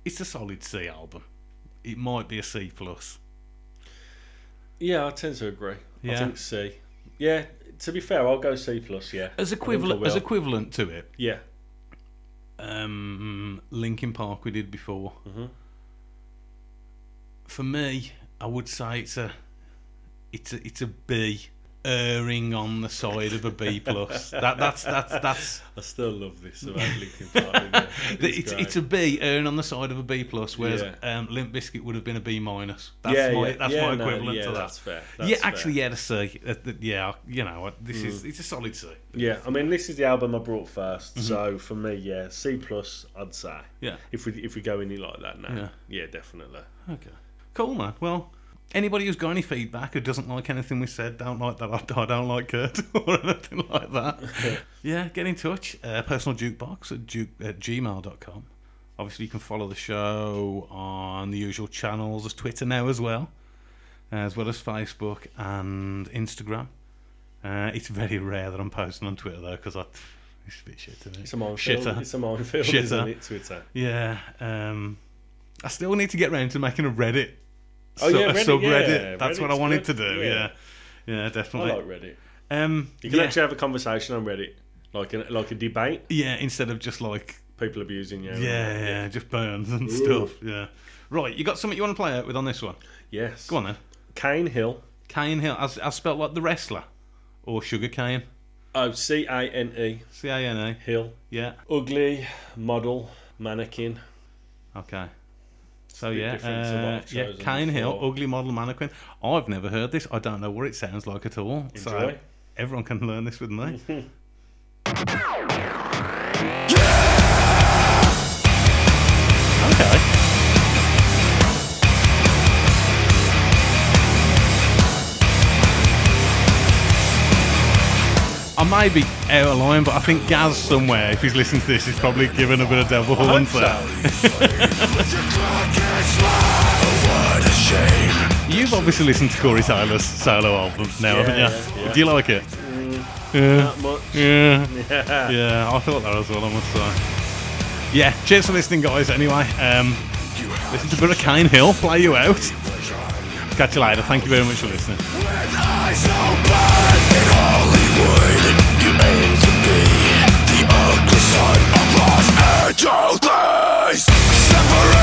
S1: It's a solid C album. It might be a C plus.
S2: Yeah, I tend to agree. I
S1: Yeah.
S2: think C. Yeah, to be fair, I'll go C plus. Yeah.
S1: as
S2: I think I
S1: equivalent as
S2: will.
S1: equivalent to it.
S2: yeah.
S1: Um, Linkin Park we did before.
S2: Mm-hmm.
S1: For me, I would say it's a it's a it's a B, erring on the side of a B plus. that that's that's that's
S2: I still love this about Linkin Park. isn't it?
S1: it's
S2: great.
S1: it's a B erring on the side of a B plus, whereas
S2: Yeah.
S1: um, Limp Biscuit would have been a B minus. That's my that's my
S2: no,
S1: equivalent
S2: yeah,
S1: to that.
S2: That's fair.
S1: yeah,
S2: that's
S1: actually, yeah,
S2: fair. Mm.
S1: to C. Uh, th- yeah, you know, I- this is it's a solid C.
S2: yeah. I mean, this is the album I brought 1st so for me, yeah, C plus, I'd say.
S1: Mm-hmm. Yeah.
S2: If we if we go in it like that now, yeah,
S1: Yeah.
S2: definitely.
S1: Okay. Cool, man. Well, anybody who's got any feedback who doesn't like anything we said, don't like that, I I don't like Kurt, or anything like that, yeah, get in touch. Uh, personal jukebox at, duke, at gmail.com. Obviously, you can follow the show on the usual channels. There's Twitter now as well, uh, as well as Facebook and Instagram. Uh, it's very rare that I'm posting on Twitter, though, because I. It's a bit shit, isn't it?
S2: It's a minefield.
S1: Shitter.
S2: It's a minefield,
S1: Shitter.
S2: isn't it? Twitter.
S1: Yeah, um, I still need to get round to making a Reddit.
S2: Oh, yeah,
S1: a
S2: Reddit,
S1: subreddit.
S2: yeah.
S1: That's what
S2: Reddit's
S1: I wanted
S2: good,
S1: to do.
S2: yeah.
S1: Yeah, yeah,
S2: I
S1: definitely.
S2: like Reddit.
S1: um,
S2: You can
S1: yeah,
S2: actually have a conversation on Reddit, like a, like a debate.
S1: yeah, instead of just like
S2: People abusing you.
S1: yeah, yeah, just burns and stuff. Yeah, right. You got something you want to play out with on this one?
S2: Yes.
S1: Go on then.
S2: Kane Hill.
S1: Cain Hill, as as spelled like the wrestler, or sugar cane.
S2: Oh, C A N E
S1: C A N A.
S2: Hill.
S1: Yeah.
S2: Ugly model mannequin.
S1: Okay. So
S2: bit
S1: yeah,
S2: different to what
S1: uh,
S2: I've
S1: yeah,
S2: chosen
S1: Kane Hill,
S2: before.
S1: ugly model mannequin. I've never heard this. I don't know what it sounds like at all.
S2: Enjoy.
S1: So everyone can learn this with me. okay. I may be out of line, but I think Gaz somewhere, if he's listening to this, is probably giving a bit of devil horns there. You've obviously listened to Corey Taylor's solo album now, haven't you?
S2: yeah.
S1: Do you like it?
S2: Not much.
S1: Yeah. yeah. I thought that as well, I must say. Yeah, cheers for listening, guys, anyway. Um, listen to Brother Kane Hill, play you out. Catch you later. Thank you very much for listening.
S7: Separate